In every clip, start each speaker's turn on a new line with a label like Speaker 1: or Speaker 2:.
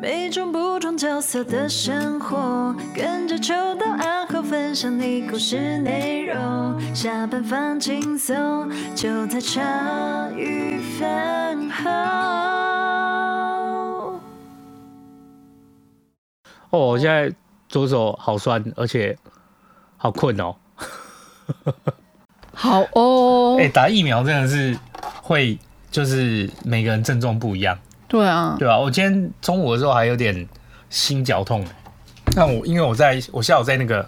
Speaker 1: 每种不同角色的生活，跟着秋到暗号分享你故事内容。下班放轻松，就在茶余饭后。
Speaker 2: 哦，我现在左手好酸，而且好困哦。
Speaker 3: 好哦
Speaker 2: 哎、，打疫苗真的是会，就是每个人症状不一样，
Speaker 3: 对啊，
Speaker 2: 对吧、我今天中午的时候还有点心绞痛呢。那我因为我在我下午在那个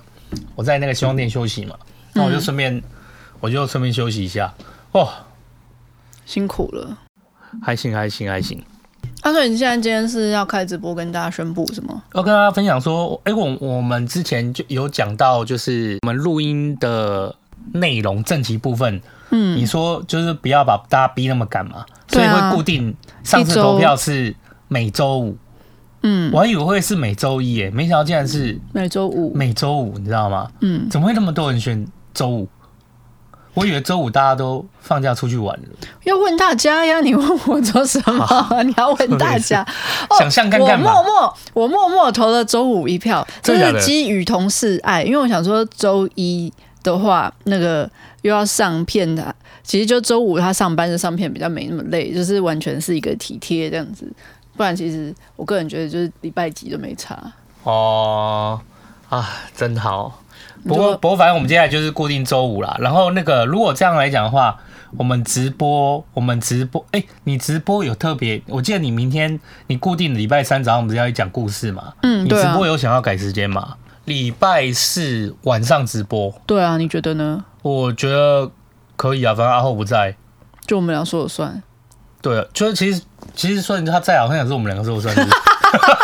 Speaker 2: 我在那个西装店休息嘛，那我就顺便、我就顺便休息一下。哦，
Speaker 3: 辛苦了。
Speaker 2: 还行还行还行。
Speaker 3: 啊，所以你现在今天是要开直播跟大家宣布什么？
Speaker 2: 要跟大家分享说，哎、我我们之前就有讲到，就是我们录音的内容正题部分，
Speaker 3: 嗯
Speaker 2: 你说就是不要把大家逼那么赶嘛，所
Speaker 3: 对
Speaker 2: 以
Speaker 3: 啊
Speaker 2: 会固定上次
Speaker 3: 一周
Speaker 2: 投票是每周五，
Speaker 3: 嗯，
Speaker 2: 我还以为会是每周一耶，没想到竟然是
Speaker 3: 每周五，
Speaker 2: 每周五，你知道吗？
Speaker 3: 嗯，
Speaker 2: 怎么会那么多人选周五？我以为周五大家都放假出去玩了，
Speaker 3: 要问大家呀，你问我做什么？ 你要问大家。哦
Speaker 2: 想象看看嘛
Speaker 3: 我默默，我默默投了周五一票，
Speaker 2: 真
Speaker 3: 这
Speaker 2: 的假的
Speaker 3: 是基于同事爱，因为我想说周一的话，那个又要上片的，其实就周五他上班的上片比较没那么累，就是完全是一个体贴这样子。不然，其实我个人觉得就是礼拜几都没差。
Speaker 2: 哦，啊，真好。不
Speaker 3: 你
Speaker 2: 过，
Speaker 3: 说
Speaker 2: 不过，反正我们接下来就是固定周五啦。然后那个，如果这样来讲的话，我们直播，我们直播，哎、你直播有特别？我记得你明天，你固定礼拜三早上不是要讲故事嘛？
Speaker 3: 嗯
Speaker 2: 你
Speaker 3: 对
Speaker 2: 直
Speaker 3: 啊
Speaker 2: 播有想要改时间吗？礼拜四晚上直播，
Speaker 3: 对啊，你觉得呢？
Speaker 2: 我觉得可以啊，反正阿后不在。
Speaker 3: 就我们俩说了算。
Speaker 2: 对，啊就是其实其实说你他在，好像也是我们两个说不算是，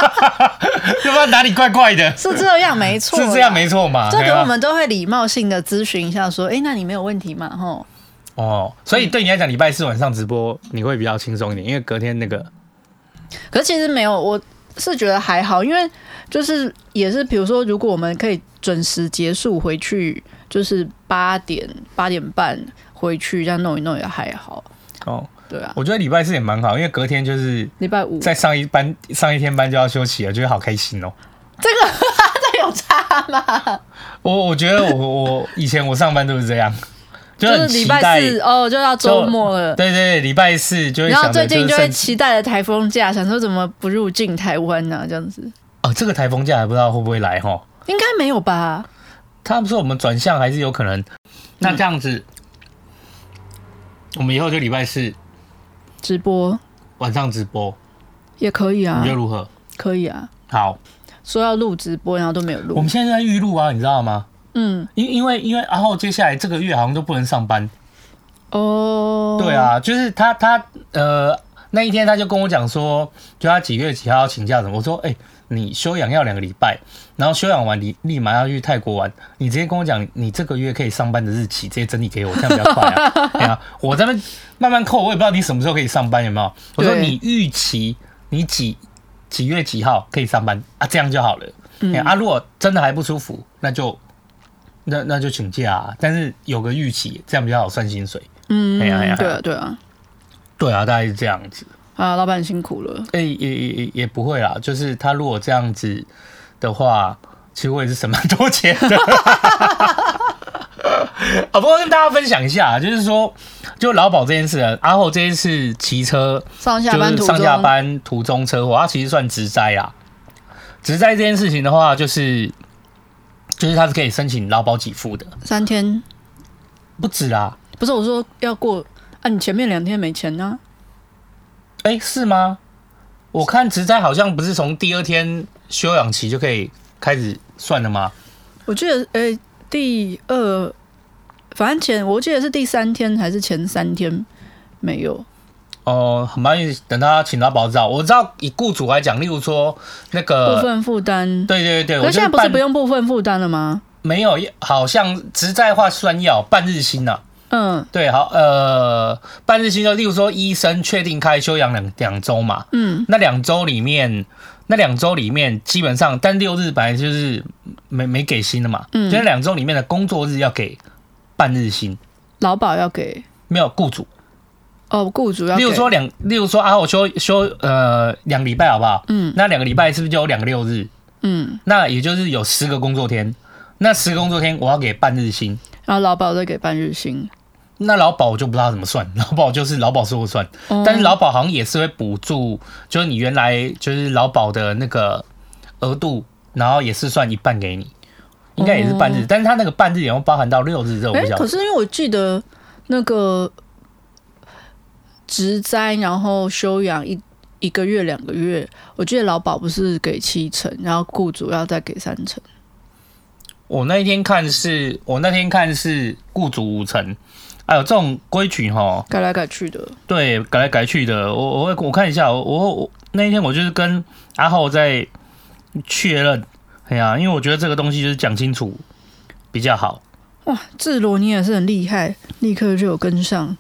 Speaker 2: 要不然哪里怪怪的？
Speaker 3: 是这 样，没错，
Speaker 2: 是这样没。错嘛？
Speaker 3: 这
Speaker 2: 对
Speaker 3: 个
Speaker 2: 吧
Speaker 3: 我们都会礼貌性的咨询一下，说，哎，那你没有问题嘛？吼，
Speaker 2: 哦，所以对你来讲，礼拜四晚上直播你会比较轻松一点，因为隔天那个
Speaker 3: 可是其实没有，我是觉得还好，因为就是也是，比如说，如果我们可以准时结束回去，就是八点八点半回去，这样弄一弄也还好，
Speaker 2: 哦，
Speaker 3: 对啊。
Speaker 2: 我觉得礼拜四也蛮好，因为隔天就是
Speaker 3: 礼拜五
Speaker 2: 在上一班上一天班就要休息了，觉得好开心哦。
Speaker 3: 这有差吗？
Speaker 2: 我我觉得我我以前我上班都是这样，就
Speaker 3: 就是
Speaker 2: 很
Speaker 3: 礼
Speaker 2: 期
Speaker 3: 拜
Speaker 2: 待。
Speaker 3: 四哦，就到周末 了。
Speaker 2: 对对对，礼拜四就会
Speaker 3: 然后
Speaker 2: 想着
Speaker 3: 最近
Speaker 2: 就
Speaker 3: 就是会
Speaker 2: 趁
Speaker 3: 期待着台风假，想说怎么不入境台湾啊呢、这样子
Speaker 2: 哦，这个台风假还不知道会不会来哈。
Speaker 3: 应该没有吧？
Speaker 2: 他们说我们转向还是有可能。嗯那这样子，我们以后就礼拜四
Speaker 3: 直播
Speaker 2: 晚上直播，
Speaker 3: 也可以啊
Speaker 2: 你觉，得如何？
Speaker 3: 可以啊。
Speaker 2: 好，
Speaker 3: 说要录直播，然后都没有
Speaker 2: 我
Speaker 3: 录
Speaker 2: 们。现在在预录啊，你知道吗？
Speaker 3: 嗯，
Speaker 2: 因因为因为然后接下来这个月好像都不能上班。
Speaker 3: 哦，
Speaker 2: 对，啊，就是他他呃那一天他就跟我讲说，就他几月几号要请假什么。我说，哎、你休养要两个礼拜，然后休养完你立马要去泰国玩。你直接跟我讲你这个月可以上班的日期，直接整理给我，这样比较快啊。哎呀，我在那边慢慢扣，我也不知道你什 么时候可以上班，有没有？我说
Speaker 3: 对
Speaker 2: 你预期你几几月几号可以上班啊，这样就好了。哎呀啊，如果真的还不舒服，那就。那那就请假、啊，但是有个预期，这样比较好算薪水。
Speaker 3: 嗯，
Speaker 2: 哎呀哎呀
Speaker 3: 对啊，对啊，
Speaker 2: 对啊，大概是这样子。
Speaker 3: 啊，老板辛苦了。
Speaker 2: 哎、也也也也不会啦，就是他如果这样子的话，其实我也是省蛮多钱的。 啊，不过跟大家分享一下，啊就是说，就劳保这件事啊，阿后这件事骑车
Speaker 3: 上下班
Speaker 2: 就
Speaker 3: 途
Speaker 2: 是
Speaker 3: 中，
Speaker 2: 上下班途中车祸，它其实算职灾啦。职灾这件事情的话，就是就是它是可以申请劳保给付的，
Speaker 3: 三天，
Speaker 2: 不止啦。
Speaker 3: 不是我说要过啊，你前面两天没钱啊呢、
Speaker 2: 哎、是吗？我看职灾好像不是从第二天休养期就可以开始算的吗？
Speaker 3: 我记得，诶、第二，反正前我记得是第三天还是前三天没有，
Speaker 2: 哦，很蛮等他请他保啊照。我知道以雇主来讲，例如说那
Speaker 3: 部
Speaker 2: 个，
Speaker 3: 分负担。
Speaker 2: 呃对对对，我
Speaker 3: 可是
Speaker 2: 就
Speaker 3: 现在不是
Speaker 2: 办
Speaker 3: 不用部分负担了吗？
Speaker 2: 没有，好像职在话算要半日薪呐、啊。
Speaker 3: 嗯
Speaker 2: 对，好，呃，半日薪就例如说医生确定开休养两两周嘛，
Speaker 3: 嗯，
Speaker 2: 那两周里面，那两周里面基本上，但六日本来就是没没给薪的嘛，
Speaker 3: 嗯
Speaker 2: 就是两周里面的工作日要给半日薪，
Speaker 3: 劳保要给
Speaker 2: 没有雇主
Speaker 3: 哦，雇主要
Speaker 2: 例如
Speaker 3: 给
Speaker 2: 说两，例如说啊，我休休呃两个礼拜好不好？嗯，那两个礼拜是不是就有两个六日？
Speaker 3: 嗯，
Speaker 2: 那也就是有十个工作天，那十个工作天我要给半日薪，
Speaker 3: 然后劳保再给半日薪，
Speaker 2: 那劳保我就不知道怎么算，劳 保就是劳保说了算，
Speaker 3: 哦
Speaker 2: 但是劳保好像也是会补助，就是你原来就是劳保的那个额度，然后也是算一半给你，应该也是半日，但是他那个半日也会包含到六日，这我
Speaker 3: 哎、
Speaker 2: 不晓
Speaker 3: 哦可
Speaker 2: 得。
Speaker 3: 是因为我记得那个植栽，然后休养一一个月、两个月，我记得劳保不是给七成，然后雇主要再给三成。
Speaker 2: 我那一天看是，我那天看是雇主五成，哎呦，这种规矩哈，
Speaker 3: 改来改去的，
Speaker 2: 对，改来改去的。我我会我看一下，我我我那一天我就是跟阿浩在确认，哎呀、因为我觉得这个东西就是讲清楚比较好，
Speaker 3: 哇，智罗你也是很厉害，立刻就有跟上。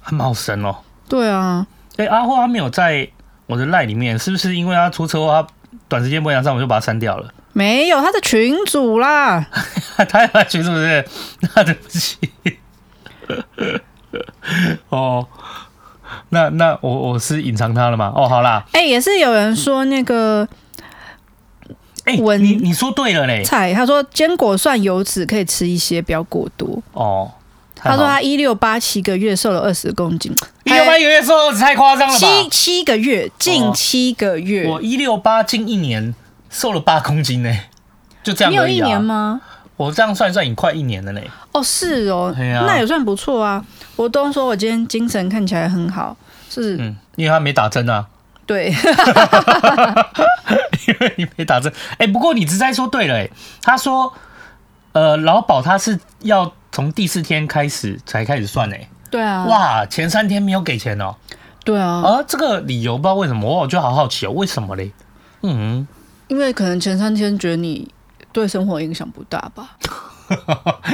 Speaker 2: 很茂神哦。
Speaker 3: 对啊，
Speaker 2: 哎、阿浩他没有在我的赖里面，是不是因为他出车祸，他短时间不想上，我就把他删掉了？
Speaker 3: 没有他的群主啦，
Speaker 2: 他要来群是不是？ 那对不起。 哦，那那我我是隐藏他了吗？哦，好啦，
Speaker 3: 哎、也是有人说那个
Speaker 2: 哎、
Speaker 3: 文
Speaker 2: 你你说对了嘞。
Speaker 3: 菜，他说坚果蒜油脂可以吃一些，不要过多。
Speaker 2: 哦，
Speaker 3: 他说他一六八七个月瘦了二十公斤，
Speaker 2: 一六八一个月瘦太夸张了吧？哦
Speaker 3: 七七个月，近七个月。
Speaker 2: 我一六八，近一年瘦了八公斤呢、就这样
Speaker 3: 你有
Speaker 2: 而已
Speaker 3: 一年
Speaker 2: 啊。
Speaker 3: 吗？
Speaker 2: 我这样算一算，已经快一年了呢、
Speaker 3: 哦，是哦，
Speaker 2: 哎呀
Speaker 3: 那也算不错啊。我都说我今天精神看起来很好，是、
Speaker 2: 嗯，因为他没打针啊，
Speaker 3: 对，
Speaker 2: 因为你没打针。哎、不过你直在说对了、欸，他说，呃，劳保他是要从第四天开始才开始算呢、哎
Speaker 3: 对啊，，
Speaker 2: 哇，前三天没有给钱哦、
Speaker 3: 对啊，
Speaker 2: 而、这个理由不知道为什么，我就好好奇哦、为什么嘞？ 嗯，
Speaker 3: 因为可能前三天觉得你对生活影响不大吧。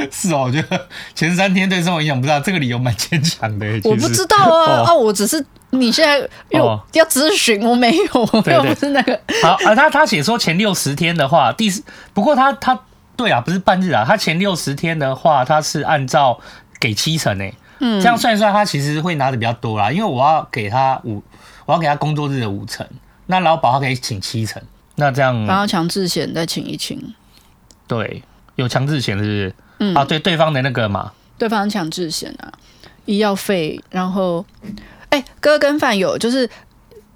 Speaker 2: 是哦，我觉得前三天对生活影响不大，这个理由蛮牵强的、欸。
Speaker 3: 我不知道啊，
Speaker 2: 哦
Speaker 3: 哦，我只是你现在因为我
Speaker 2: 哦
Speaker 3: 要咨询，我没有，我
Speaker 2: 对
Speaker 3: 又
Speaker 2: 对
Speaker 3: 不是那个，
Speaker 2: 好啊，他他写说前六十天的话，第四不过他他对啊，不是半日啊，他前六十天的话，他是按照给七成诶、
Speaker 3: 嗯
Speaker 2: 这样算一算，他其实会拿的比较多啦，因为我要给他五，我要给他工作日的五成，那劳保他可以请七成，那这
Speaker 3: 然
Speaker 2: 样
Speaker 3: 后强制险再请一请，
Speaker 2: 对有强制险是不是？
Speaker 3: 嗯
Speaker 2: 啊，对对方的那个嘛，
Speaker 3: 对方强制险啊，医药费，然后，哎、哥跟饭友就是，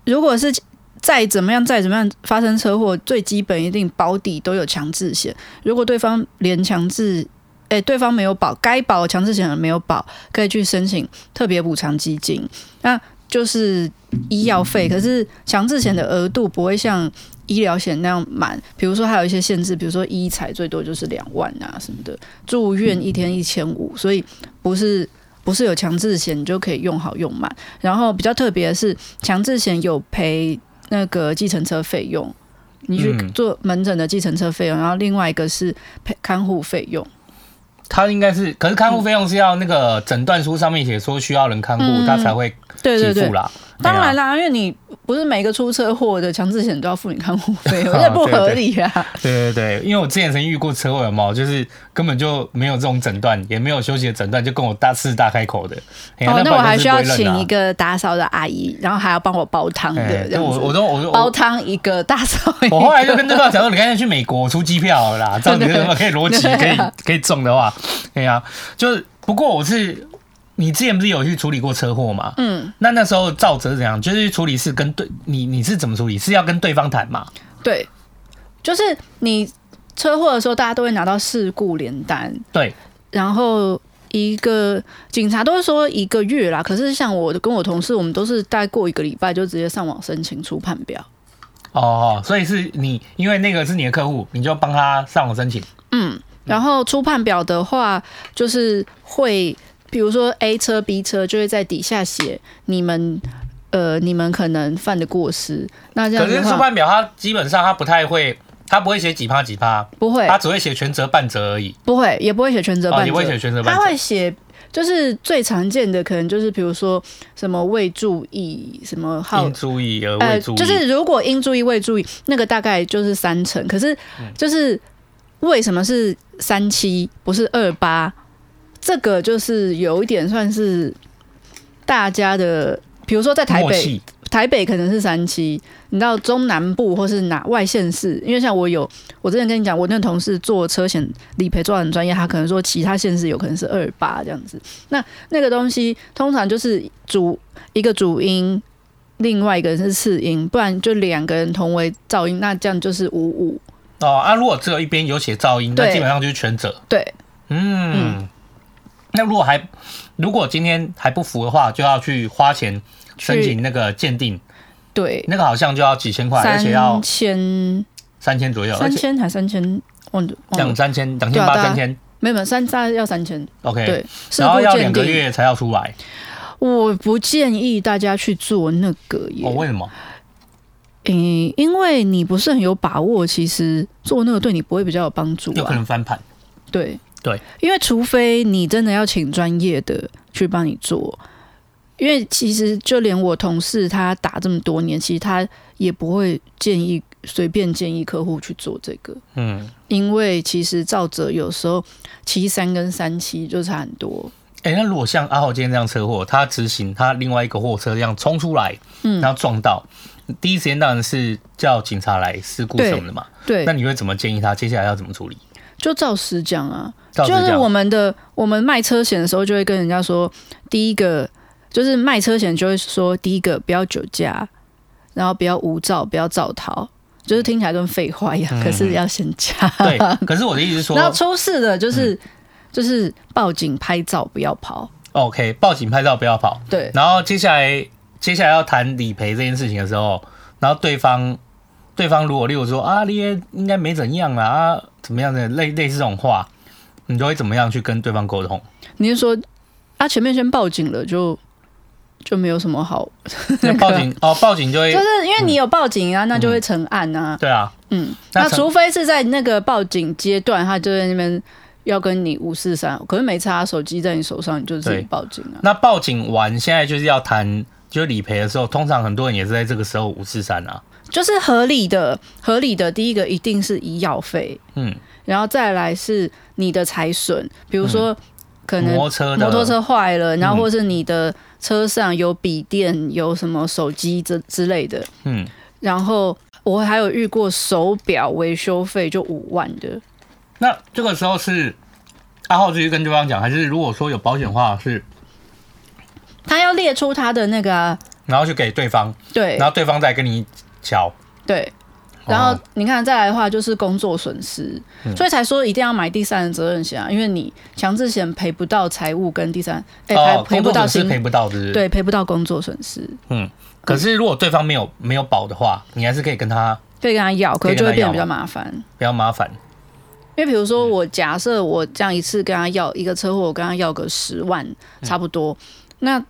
Speaker 3: 如果是再怎么样再怎么样发生车祸，最基本一定保底都有强制险。如果对方连强制，哎、对方没有保，该保的强制险的没有保，可以去申请特别补偿基金，那就是医药费。可是强制险的额度不会像。医疗险那样满，比如说还有一些限制，比如说医材最多就是两万啊什么的，住院一天一千五，所以不是不是有强制险你就可以用好用满。然后比较特别的是，强制险有赔那个计程车费用，你去
Speaker 2: 嗯
Speaker 3: 做门诊的计程车费用，然后另外一个是陪看护费用。
Speaker 2: 他应该是，可是看护费用是要那个诊断书上面写说需要人看护，
Speaker 3: 嗯
Speaker 2: 他才会
Speaker 3: 对
Speaker 2: 给
Speaker 3: 对
Speaker 2: 付
Speaker 3: 对，
Speaker 2: 啦。
Speaker 3: 当然
Speaker 2: 了，哎
Speaker 3: 啦，因为你不是每个出车祸的强制险都要付你看护 费，
Speaker 2: 啊
Speaker 3: 我觉得不合理啊。
Speaker 2: 对对对，因为我之前曾遇过车祸，有没有？就是根本就没有这种诊断，也没有休息的诊断，就跟我大四大开口的。 哎呀
Speaker 3: 哦，那我
Speaker 2: 不然
Speaker 3: 还
Speaker 2: 就
Speaker 3: 需
Speaker 2: 是不
Speaker 3: 要
Speaker 2: 会认啦
Speaker 3: 请一个打扫的阿姨，然后还要帮我煲汤
Speaker 2: 哎
Speaker 3: 的，这样
Speaker 2: 我我
Speaker 3: 子。
Speaker 2: 都我都
Speaker 3: 煲
Speaker 2: 我
Speaker 3: 汤一个，打扫一个。
Speaker 2: 我后哦来就跟对方讲说，你干脆去美国我出机票了啦，这样子
Speaker 3: 对
Speaker 2: 可以逻辑可
Speaker 3: 对
Speaker 2: 以
Speaker 3: 啊
Speaker 2: 可以中的话，哎呀，就是不过我是。你之前不是有去处理过车祸吗？
Speaker 3: 嗯，
Speaker 2: 那那时候赵哲怎样？就是处理是跟对你你是怎么处理？是要跟对方谈嘛？
Speaker 3: 对，就是你车祸的时候，大家都会拿到事故联单，
Speaker 2: 对，
Speaker 3: 然后一个警察都是说一个月啦，可是像我跟我同事，我们都是大概过一个礼拜就直接上网申请出判表。
Speaker 2: 哦，所以是你因为那个是你的客户，你就帮他上网申请。
Speaker 3: 嗯，然后出判表的话，就是会，比如说 A 车、B 车，就会在底下写你们。呃，你们可能犯的过失，那这样
Speaker 2: 可是
Speaker 3: 的
Speaker 2: 出
Speaker 3: 话
Speaker 2: 版表它基本上它不太会，它不会写几趴几趴，
Speaker 3: 不会
Speaker 2: 它只会写全责半责而已。
Speaker 3: 不会，也不会写全责
Speaker 2: 哦，
Speaker 3: 半
Speaker 2: 你
Speaker 3: 责，
Speaker 2: 会写全责半
Speaker 3: 他
Speaker 2: 责
Speaker 3: 会写，就是最常见的可能就是比如说什么未注意，什么，好呃
Speaker 2: 应。注意而未注意。
Speaker 3: 就是如果应注意未注意，那个大概就是三成。可是就是为什么是三七不是二八？这个就是有一点算是大家的，比如说在台
Speaker 2: 默
Speaker 3: 北，
Speaker 2: 契
Speaker 3: 台北可能是三七，你到中南部或是哪外县市，因为像我有，我之前跟你讲，我那个同事做车险理赔做的很专业，他可能说其他县市有可能是二八这样子。那那个东西通常就是主一个主音，另外一个人是次音，不然就两个人同为噪音，那这样就是五五。
Speaker 2: 哦啊，如果只有一边有写噪音，那
Speaker 3: 对
Speaker 2: 基本上就是全责。
Speaker 3: 对
Speaker 2: 嗯，那如果还如果今天还不服的话，就要去花钱申请那个鉴定，
Speaker 3: 对，
Speaker 2: 那个好像就要几千块，而且要
Speaker 3: 三千
Speaker 2: 三千左右，而
Speaker 3: 三
Speaker 2: 且
Speaker 3: 千还三千，忘了忘
Speaker 2: 两
Speaker 3: 了，
Speaker 2: 三千、两
Speaker 3: 对
Speaker 2: 千
Speaker 3: 啊
Speaker 2: 八、
Speaker 3: 对啊
Speaker 2: 三千
Speaker 3: 没有没有三大概要三千，
Speaker 2: ，OK，
Speaker 3: 对，事
Speaker 2: 然
Speaker 3: 故
Speaker 2: 后要两
Speaker 3: 鉴
Speaker 2: 个
Speaker 3: 定。
Speaker 2: 月才要出来。哦
Speaker 3: 我不建议大家去做那个耶
Speaker 2: 哦，，为什么？
Speaker 3: 嗯，因为你不是很有把握，其实做那个对你不会比较有帮助
Speaker 2: 有可
Speaker 3: 啊。
Speaker 2: 能翻盘。
Speaker 3: 对
Speaker 2: 对，
Speaker 3: 因为除非你真的要请专业的去帮你做，因为其实就连我同事他打这么多年，其实他也不会建议随便建议客户去做这个，
Speaker 2: 嗯，
Speaker 3: 因为其实照者有时候七三跟三七就差很多。
Speaker 2: 哎、那如果像阿豪今天这样车祸，他直行，他另外一个货车这样冲出来，
Speaker 3: 嗯
Speaker 2: 然后撞到，第一时间当然是叫警察来事故什么的嘛。
Speaker 3: 对
Speaker 2: 那，你会怎么建议他接下来要怎么处理？
Speaker 3: 就照实讲啊，
Speaker 2: 照着
Speaker 3: 就
Speaker 2: 这
Speaker 3: 是
Speaker 2: 样
Speaker 3: 我们的我们卖车险的时候，就会跟人家说，第一个就是卖车险就会说，第一个不要酒驾，然后不要无照，不要造逃，就是听起来跟废话一样，可是要先加。
Speaker 2: 对，可是我的意思是
Speaker 3: 然后
Speaker 2: 嗯说
Speaker 3: 出事的就是、就是报警拍照，不要跑。
Speaker 2: 哦，OK，报警拍照不要跑。
Speaker 3: 对，
Speaker 2: 然后接下来接下来要谈理赔这件事情的时候，然后对方对方如果例如说啊，你也应该没怎样啦，啊，怎么样的类类似这种话，你就会怎么样去跟对方沟 通？
Speaker 3: 你是说啊，前面先报警了就。就没有什么好，
Speaker 2: 那报警哦，报警就会
Speaker 3: 就是因为你有报警啊，那
Speaker 2: 嗯
Speaker 3: 就会成案啊。
Speaker 2: 对啊，
Speaker 3: 嗯，
Speaker 2: 那
Speaker 3: 那
Speaker 2: 成
Speaker 3: 除非是在那个报警阶段，他就在那边要跟你五四三，可是没差，手机在你手上，你就自己
Speaker 2: 对
Speaker 3: 报警啊。
Speaker 2: 那报警完，现在就是要谈就是理赔的时候，通常很多人也是在这个时候五四三啊，
Speaker 3: 就是合理的，合理的第一个一定是医药费，
Speaker 2: 嗯，
Speaker 3: 然后再来是你的财损，比如说可能
Speaker 2: 嗯摩托车的
Speaker 3: 摩托车坏了，然
Speaker 2: 嗯
Speaker 3: 后或是你的车上有笔电、有什么手机之之类的，
Speaker 2: 嗯，
Speaker 3: 然后我还有遇过手表维修费就五万的，
Speaker 2: 那这个时候是阿浩继续跟对方讲，还是如果说有保险的话是，
Speaker 3: 他要列出他的那个、啊、
Speaker 2: 然后去给对方，
Speaker 3: 对
Speaker 2: 然后对方再跟你瞧，
Speaker 3: 对。然后
Speaker 2: 哦嗯
Speaker 3: 你看，再来的话就是工作损失，所以才说一定要买第三人责任险啊，因为你强制险赔不到财务跟第三，哎、
Speaker 2: 哦，
Speaker 3: 赔赔不
Speaker 2: 工作
Speaker 3: 到
Speaker 2: 损失
Speaker 3: 薪，
Speaker 2: 赔不到，是不是？。
Speaker 3: 对，赔不到工作损失，
Speaker 2: 可是如果对方没有没有保的话，你还是可以跟他啊
Speaker 3: 可以跟他要，
Speaker 2: 可
Speaker 3: 可
Speaker 2: 以
Speaker 3: 是就
Speaker 2: 跟他
Speaker 3: 会变得比
Speaker 2: 要啊
Speaker 3: 较麻烦。
Speaker 2: 比较麻烦。
Speaker 3: 因为比如说，
Speaker 2: 嗯
Speaker 3: 我假设我这样一次跟他要一个车祸，我跟他要个十万
Speaker 2: 嗯
Speaker 3: 差不多，那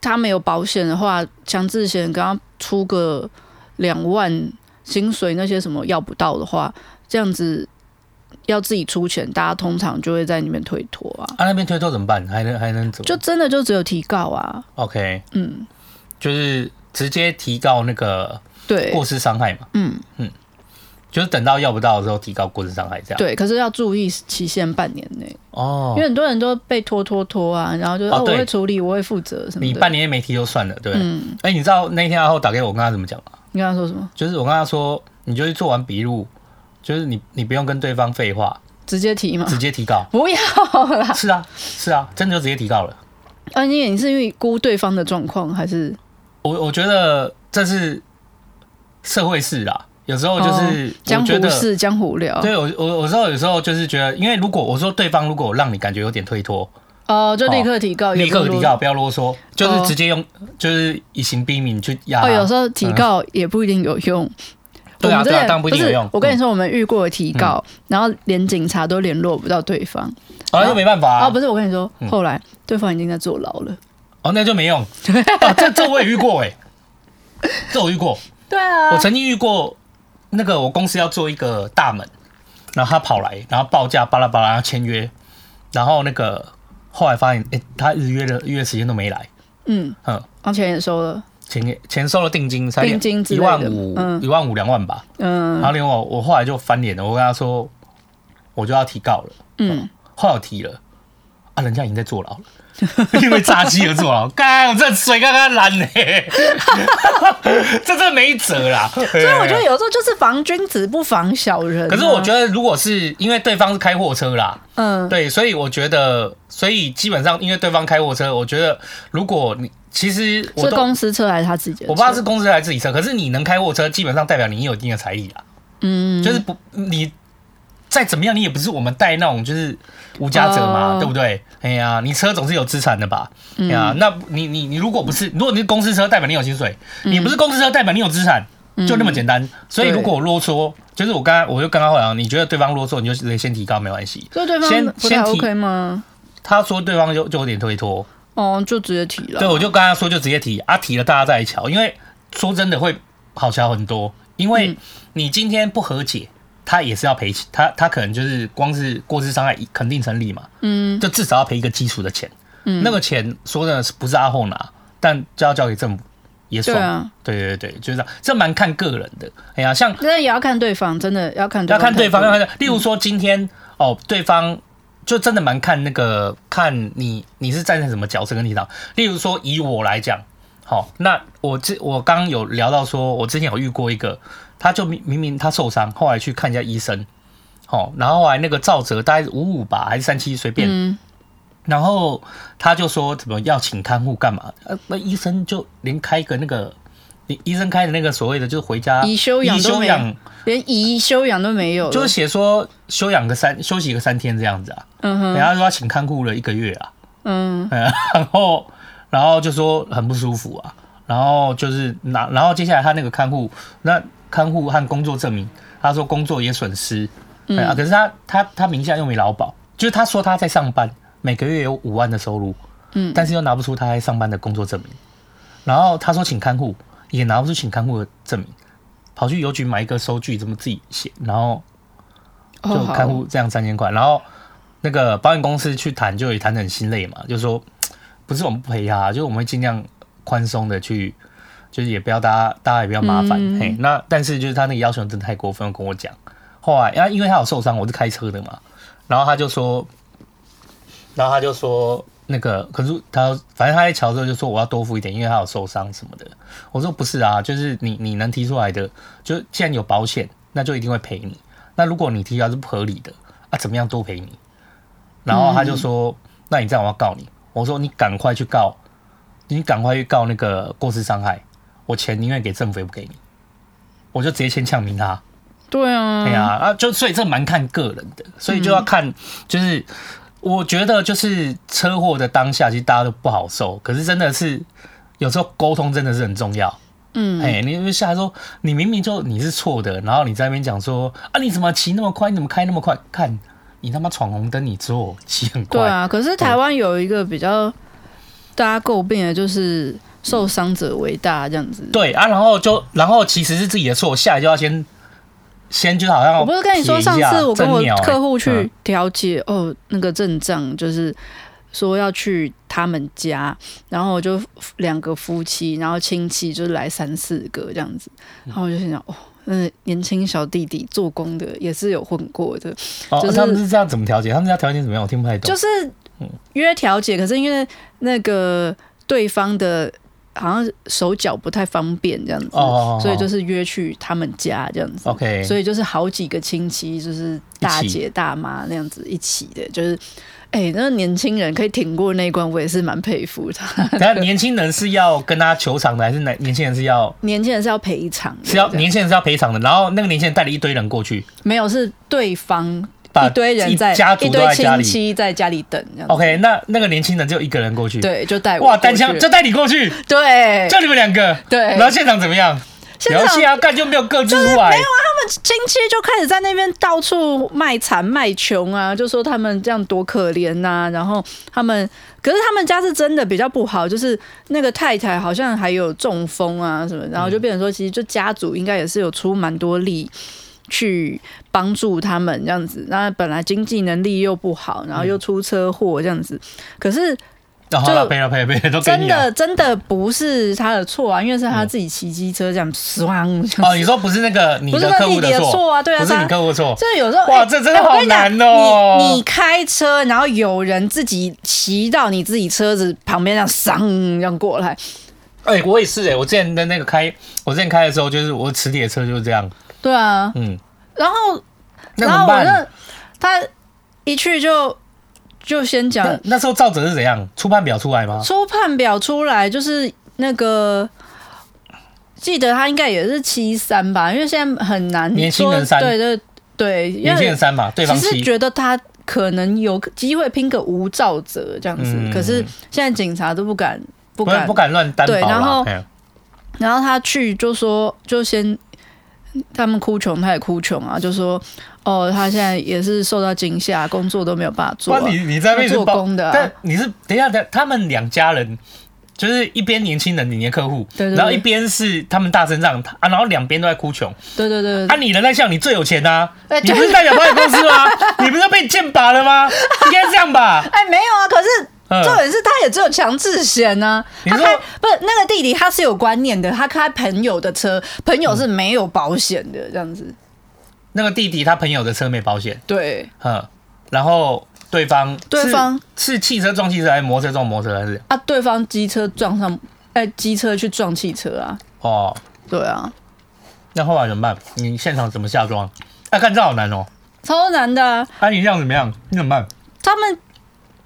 Speaker 3: 他没有保险的话，强制险跟他出个两万，薪水那些什么要不到的话，这样子要自己出钱，大家通常就会在里面推脱啊，
Speaker 2: 啊，那边推脱怎么办？还能还能怎么？
Speaker 3: 就真的就只有提告啊，
Speaker 2: OK，
Speaker 3: 嗯，
Speaker 2: 就是直接提告那个
Speaker 3: 对，
Speaker 2: 过失伤害嘛，
Speaker 3: 嗯，
Speaker 2: 就是等到要不到的时候提告过失伤害这样。
Speaker 3: 对，可是要注意期限半年内，
Speaker 2: 啊哦
Speaker 3: 因为，很多人都被拖拖拖啊，然后就
Speaker 2: 哦
Speaker 3: 哦我
Speaker 2: 对
Speaker 3: 会处理，我会负责什么
Speaker 2: 你
Speaker 3: 的
Speaker 2: 半，年没提就算了，对不对？
Speaker 3: 嗯，
Speaker 2: 哎、你知道那天阿浩打给我，我跟他怎么讲吗？
Speaker 3: 你刚刚说什么？
Speaker 2: 就是我跟他说，你就是做完笔录，就是你你不用跟对方废话，
Speaker 3: 直接提嘛。。
Speaker 2: 直接提告
Speaker 3: 不要啦！
Speaker 2: 是啊，是啊，真的就直接提告了。
Speaker 3: 啊，你你是因为估对方的状况，还是
Speaker 2: 我我觉得这是社会事啦，有时候就是我
Speaker 3: 哦江
Speaker 2: 觉
Speaker 3: 湖
Speaker 2: 得。
Speaker 3: 事、啊江湖聊？
Speaker 2: 对我我我说有时候就是觉得，因为如果我说对方如果让你感觉有点推脱，
Speaker 3: 哦，就立刻提告，也
Speaker 2: 立
Speaker 3: 不
Speaker 2: 刻
Speaker 3: 如
Speaker 2: 提告，。不要啰嗦，就是
Speaker 3: 哦
Speaker 2: 直接用就是以刑逼民去压他。
Speaker 3: 哦，有时候提告也不一定有用。
Speaker 2: 对
Speaker 3: 我
Speaker 2: 啊
Speaker 3: 们
Speaker 2: 对
Speaker 3: 真
Speaker 2: 啊，
Speaker 3: 的
Speaker 2: 当然不一定有用嗯
Speaker 3: 是。我跟你说，我们遇过提告，然后连警察都联络不到对方。
Speaker 2: 嗯，哦，那就没办法啊
Speaker 3: 哦，不是，我跟你说，后来对方已经在坐牢了。
Speaker 2: 哦，那就没 用。哦、这这我也遇过哎、这我遇过。
Speaker 3: 对 啊
Speaker 2: 我曾经遇过那个我公司要做一个大门，然后他跑来，然后报价巴拉巴拉要签约，然后那个后来发现，哎、他日约的约时间都没来，
Speaker 3: 嗯，
Speaker 2: 嗯，
Speaker 3: 而且也收了，
Speaker 2: 钱钱收了定金才
Speaker 3: 定金之
Speaker 2: 一
Speaker 3: 类的
Speaker 2: 万五
Speaker 3: 嗯
Speaker 2: 一万五两万吧，
Speaker 3: 嗯
Speaker 2: 然后另外我我后来就翻脸了，我跟他说我就要提告了，
Speaker 3: 嗯，
Speaker 2: 后来我提了，啊，人家已经在坐牢了， 因为诈欺而坐牢。 干，我这水刚刚烂呢， 这真没辙啦。所
Speaker 3: 所以我觉得有时候就是防君子不防小人啊、
Speaker 2: 可是我觉得，如果是因为对方是开货车啦，
Speaker 3: 嗯，
Speaker 2: 对，所以我觉得，所以基本上因为对方开货车，我觉得如果你其实我
Speaker 3: 是
Speaker 2: 都
Speaker 3: 公司车还是他自己的车？
Speaker 2: 我不知道是公司还是自己车，可是你能开货车，基本上代表你有一定的财力啦。
Speaker 3: 嗯，
Speaker 2: 就是不你再怎么样，你也不是我们带那种就是无家者嘛，
Speaker 3: 哦嗯
Speaker 2: 对不对？哎呀，你车总是有资产的吧？哎呀，那你你你如果不是，如果你是公司车，代表你有薪水；
Speaker 3: 嗯
Speaker 2: 你不是公司车，代表你有资产，就那么简单。所以如果我啰嗦，就是我刚才我就跟他后讲，你觉得对方啰嗦，你就直接先提高没关系。
Speaker 3: 所以对
Speaker 2: 先
Speaker 3: 方不太
Speaker 2: 先提
Speaker 3: OK 吗？
Speaker 2: 他说对方就就有点推脱，
Speaker 3: 哦，就直接提了。
Speaker 2: 对，我就跟他说就直接提啊，提了大家再来瞧，因为说真的会好瞧很多，因
Speaker 3: 嗯
Speaker 2: 为你今天不和解，他也是要赔钱，他他可能就是光是过失伤害肯定成立嘛，
Speaker 3: 嗯，
Speaker 2: 就至少要赔一个基础的钱，嗯，那个钱说真的是不是阿后拿，但就要交给政府也
Speaker 3: 对
Speaker 2: 爽，
Speaker 3: 啊，
Speaker 2: 对对对，就是这样，这蛮看个人的，哎呀，像
Speaker 3: 那也要看对方，真的要看嗯
Speaker 2: 要看对方，要
Speaker 3: 态度
Speaker 2: 看对方。例如说今天哦，对方就真的蛮看那个看你你是站在什么角色跟立场。例如说以我来讲，好、那我之我刚刚有聊到说，我之前有遇过一个，他就明明明他受伤，后来去看一下医生，好、然后后来那个赵哲大概五五吧，还是三七随便，
Speaker 3: 嗯，
Speaker 2: 然后他就说怎么要请看护干嘛？呃，那医生就连开个那个。医医生开的那个所谓的就是回家
Speaker 3: 宜休养
Speaker 2: 宜
Speaker 3: 都
Speaker 2: 休
Speaker 3: 没
Speaker 2: 养
Speaker 3: 连仪修养都没有了，
Speaker 2: 就是写说休养个三休息个三天这样子啊，
Speaker 3: 嗯哼，
Speaker 2: 人家说要请看护了一个月啊，
Speaker 3: 嗯，
Speaker 2: 嗯然后然后就说很不舒服啊，然后就是拿然后接下来他那个看护那看护和工作证明，他说工作也损失，嗯、啊，可是他他他名下又没劳保，就是他说他在上班，每个月有五万的收入，
Speaker 3: 嗯
Speaker 2: 但是又拿不出他在上班的工作证明，然后他说请看护也拿不出请看护的证明，跑去邮局买一个收据，怎么自己写，然后
Speaker 3: 哦
Speaker 2: 就
Speaker 3: 好
Speaker 2: 看护这样三千块，然后那个保险公司去谈就也谈得很心累嘛，就说不是我们不赔他，就是我们会尽量宽松的去，就是也不要大家大家也不要麻烦、
Speaker 3: 嗯
Speaker 2: 嘿。那但是就是他那个要求真的太过分，跟我讲。后来啊，因为他有受伤，我是开车的嘛，然后他就说，然后他就说那个，可是他反正他在桥之后就说我要多付一点，因为他有受伤什么的。我说不是啊，就是你你能提出来的，就既然有保险，那就一定会赔你。那如果你提出来是不合理的啊，怎么样多赔你？然后他就说，那你这样我要告你。我说你赶快去告，你赶快去告那个过失伤害，我钱宁愿给政府也不给你。我就直接先呛明他，
Speaker 3: 对啊，
Speaker 2: 哎呀、啊，就所以这蛮看个人的，所以就要看，就是、我觉得就是车祸的当下，其实大家都不好受，可是真的是有时候沟通真的是很重要。
Speaker 3: 嗯，
Speaker 2: 哎、你就下来说，你明明就你是错的，然后你在那边讲说啊，你怎么骑那么快？你怎么开那么快？看你他妈闯红灯，你坐骑很快，
Speaker 3: 对啊，可是台湾有一个比较大家诟病的就是受伤者为大这样子。
Speaker 2: 对啊，然后就然后其实是自己的错，下来就要先先就好像
Speaker 3: 我不是跟你说，
Speaker 2: 撇一
Speaker 3: 上
Speaker 2: 下
Speaker 3: 次我跟
Speaker 2: 真
Speaker 3: 我
Speaker 2: 鸟欸
Speaker 3: 客户去
Speaker 2: 嗯
Speaker 3: 调解、哦，那个阵仗就是说要去他们家，然后我就两个夫妻，然后亲戚就是来三四个这样子，
Speaker 2: 嗯
Speaker 3: 然后我就心想，哦，那年轻小弟弟做工的也是有混过的，
Speaker 2: 哦
Speaker 3: 就是
Speaker 2: 他们是这样怎么调解？他们要调解怎么样？我听不太懂。
Speaker 3: 就是约调解，可是因为那个对方的好像手脚不太方便这样子，
Speaker 2: 哦哦哦哦
Speaker 3: 所以就是约去他们家这样子。
Speaker 2: OK，
Speaker 3: 所以就是好几个亲戚，就是大
Speaker 2: 一
Speaker 3: 姐大妈那样子一起的，就是，哎、那个年轻人可以挺过那一关，我也是蛮佩服他。
Speaker 2: 等下年轻人是要跟他求偿的，还是年年轻人是要
Speaker 3: 年轻人是要赔偿的，
Speaker 2: 是要
Speaker 3: 这样
Speaker 2: 年轻人是要赔偿的？然后那个年轻人带了一堆人过去，
Speaker 3: 没有是对方
Speaker 2: 把
Speaker 3: 一堆人在
Speaker 2: 一家族
Speaker 3: 一
Speaker 2: 都
Speaker 3: 堆
Speaker 2: 在家
Speaker 3: 亲
Speaker 2: 里。
Speaker 3: 戚在家里等这样子
Speaker 2: OK，那那个年轻人只有一个人过去，，
Speaker 3: 对，就带我
Speaker 2: 哇，
Speaker 3: 过
Speaker 2: 单
Speaker 3: 去
Speaker 2: 枪就带你过去，
Speaker 3: 对，
Speaker 2: 就你们两个，
Speaker 3: 对
Speaker 2: 然后现场怎么样？
Speaker 3: 现
Speaker 2: 聊
Speaker 3: 场
Speaker 2: 戏啊，干就没有各自出来，
Speaker 3: 啊亲戚就开始在那边到处卖惨卖穷啊，就说他们这样多可怜呐、然后他们，可是他们家是真的比较不好，就是那个太太好像还有中风啊什么，然后就变成说，其实就家族应该也是有出蛮多力。去帮助他们这样子，那本来经济能力又不好，然后又出车祸这样子，可是
Speaker 2: 哦好了，赔了赔了赔了，都给
Speaker 3: 真
Speaker 2: 你啊了。
Speaker 3: 的真的不是他的错啊，因为是他自己骑机车这样唰，这样
Speaker 2: 哦，你说不是那个你
Speaker 3: 不是
Speaker 2: 的
Speaker 3: 那
Speaker 2: 客户
Speaker 3: 弟弟的
Speaker 2: 错
Speaker 3: 错啊对啊
Speaker 2: 不是你
Speaker 3: 他
Speaker 2: 客户错，
Speaker 3: 这有时候
Speaker 2: 哇
Speaker 3: 哎
Speaker 2: 这真的
Speaker 3: 哎我
Speaker 2: 好
Speaker 3: 跟你讲
Speaker 2: 难哦
Speaker 3: 你你开车，然后有人自己骑到你自己车子旁边，这样唰这样过来，
Speaker 2: 哎、我也是哎、我之前的那个开，我之前开的时候就是我磁铁车就是这样，
Speaker 3: 对啊，
Speaker 2: 嗯，
Speaker 3: 然后
Speaker 2: 那怎
Speaker 3: 然
Speaker 2: 么
Speaker 3: 后我
Speaker 2: 办
Speaker 3: 就？他一去就就先讲
Speaker 2: 那那时候造者是怎样？初判表出来吗？
Speaker 3: 初判表出来，就是那个。记得他应该也是七三吧，因为现在很难
Speaker 2: 年轻人
Speaker 3: 说
Speaker 2: 三
Speaker 3: 对对对，因为
Speaker 2: 年轻人三嘛，对方
Speaker 3: 其实
Speaker 2: 七，
Speaker 3: 觉得他可能有机会拼个无照者这样子，
Speaker 2: 嗯
Speaker 3: 可是现在警察都不敢不
Speaker 2: 不
Speaker 3: 敢
Speaker 2: 不敢乱担保
Speaker 3: 对然
Speaker 2: 啦
Speaker 3: 后。
Speaker 2: 哎
Speaker 3: 然后他去就说，就先他们哭穷，他也哭穷啊，就说哦，他现在也是受到惊吓，工作都没有办法做、
Speaker 2: 哇，
Speaker 3: 啊。
Speaker 2: 你你在那边
Speaker 3: 做工的啊
Speaker 2: 但你是等一下，等一下他们两家人。就是一边年轻人，你的客户，
Speaker 3: 对对对
Speaker 2: 然后一边是他们大声让他啊，然后两边都在哭穷
Speaker 3: 对对对
Speaker 2: 啊，
Speaker 3: 对，
Speaker 2: 你人在笑，你最有钱啊，
Speaker 3: 哎
Speaker 2: 你
Speaker 3: 对
Speaker 2: 不是代表保险公司 吗？你不是被剑拔了吗？应该是这样吧？
Speaker 3: 哎、没有啊，可是。
Speaker 2: 嗯
Speaker 3: 重点是他也只有强制险呢、
Speaker 2: 你
Speaker 3: 他
Speaker 2: 说
Speaker 3: 开不是那个弟弟，他是有观念的，他开朋友的车，朋友是没有保险的，这样
Speaker 2: 嗯
Speaker 3: 子。
Speaker 2: 那个弟弟他朋友的车没保险，
Speaker 3: 对，
Speaker 2: 嗯，然后对方
Speaker 3: 对
Speaker 2: 是
Speaker 3: 方
Speaker 2: 是汽车撞汽车还是摩托车撞摩托车还是
Speaker 3: 啊，对方机车撞上，哎、机车去撞汽车啊，
Speaker 2: 哦？
Speaker 3: 对啊，
Speaker 2: 那后来怎么办？你现场怎么下装？啊，看这好难哦！
Speaker 3: 超难的啊、
Speaker 2: 啊，你这样怎么样？你怎么办？
Speaker 3: 他们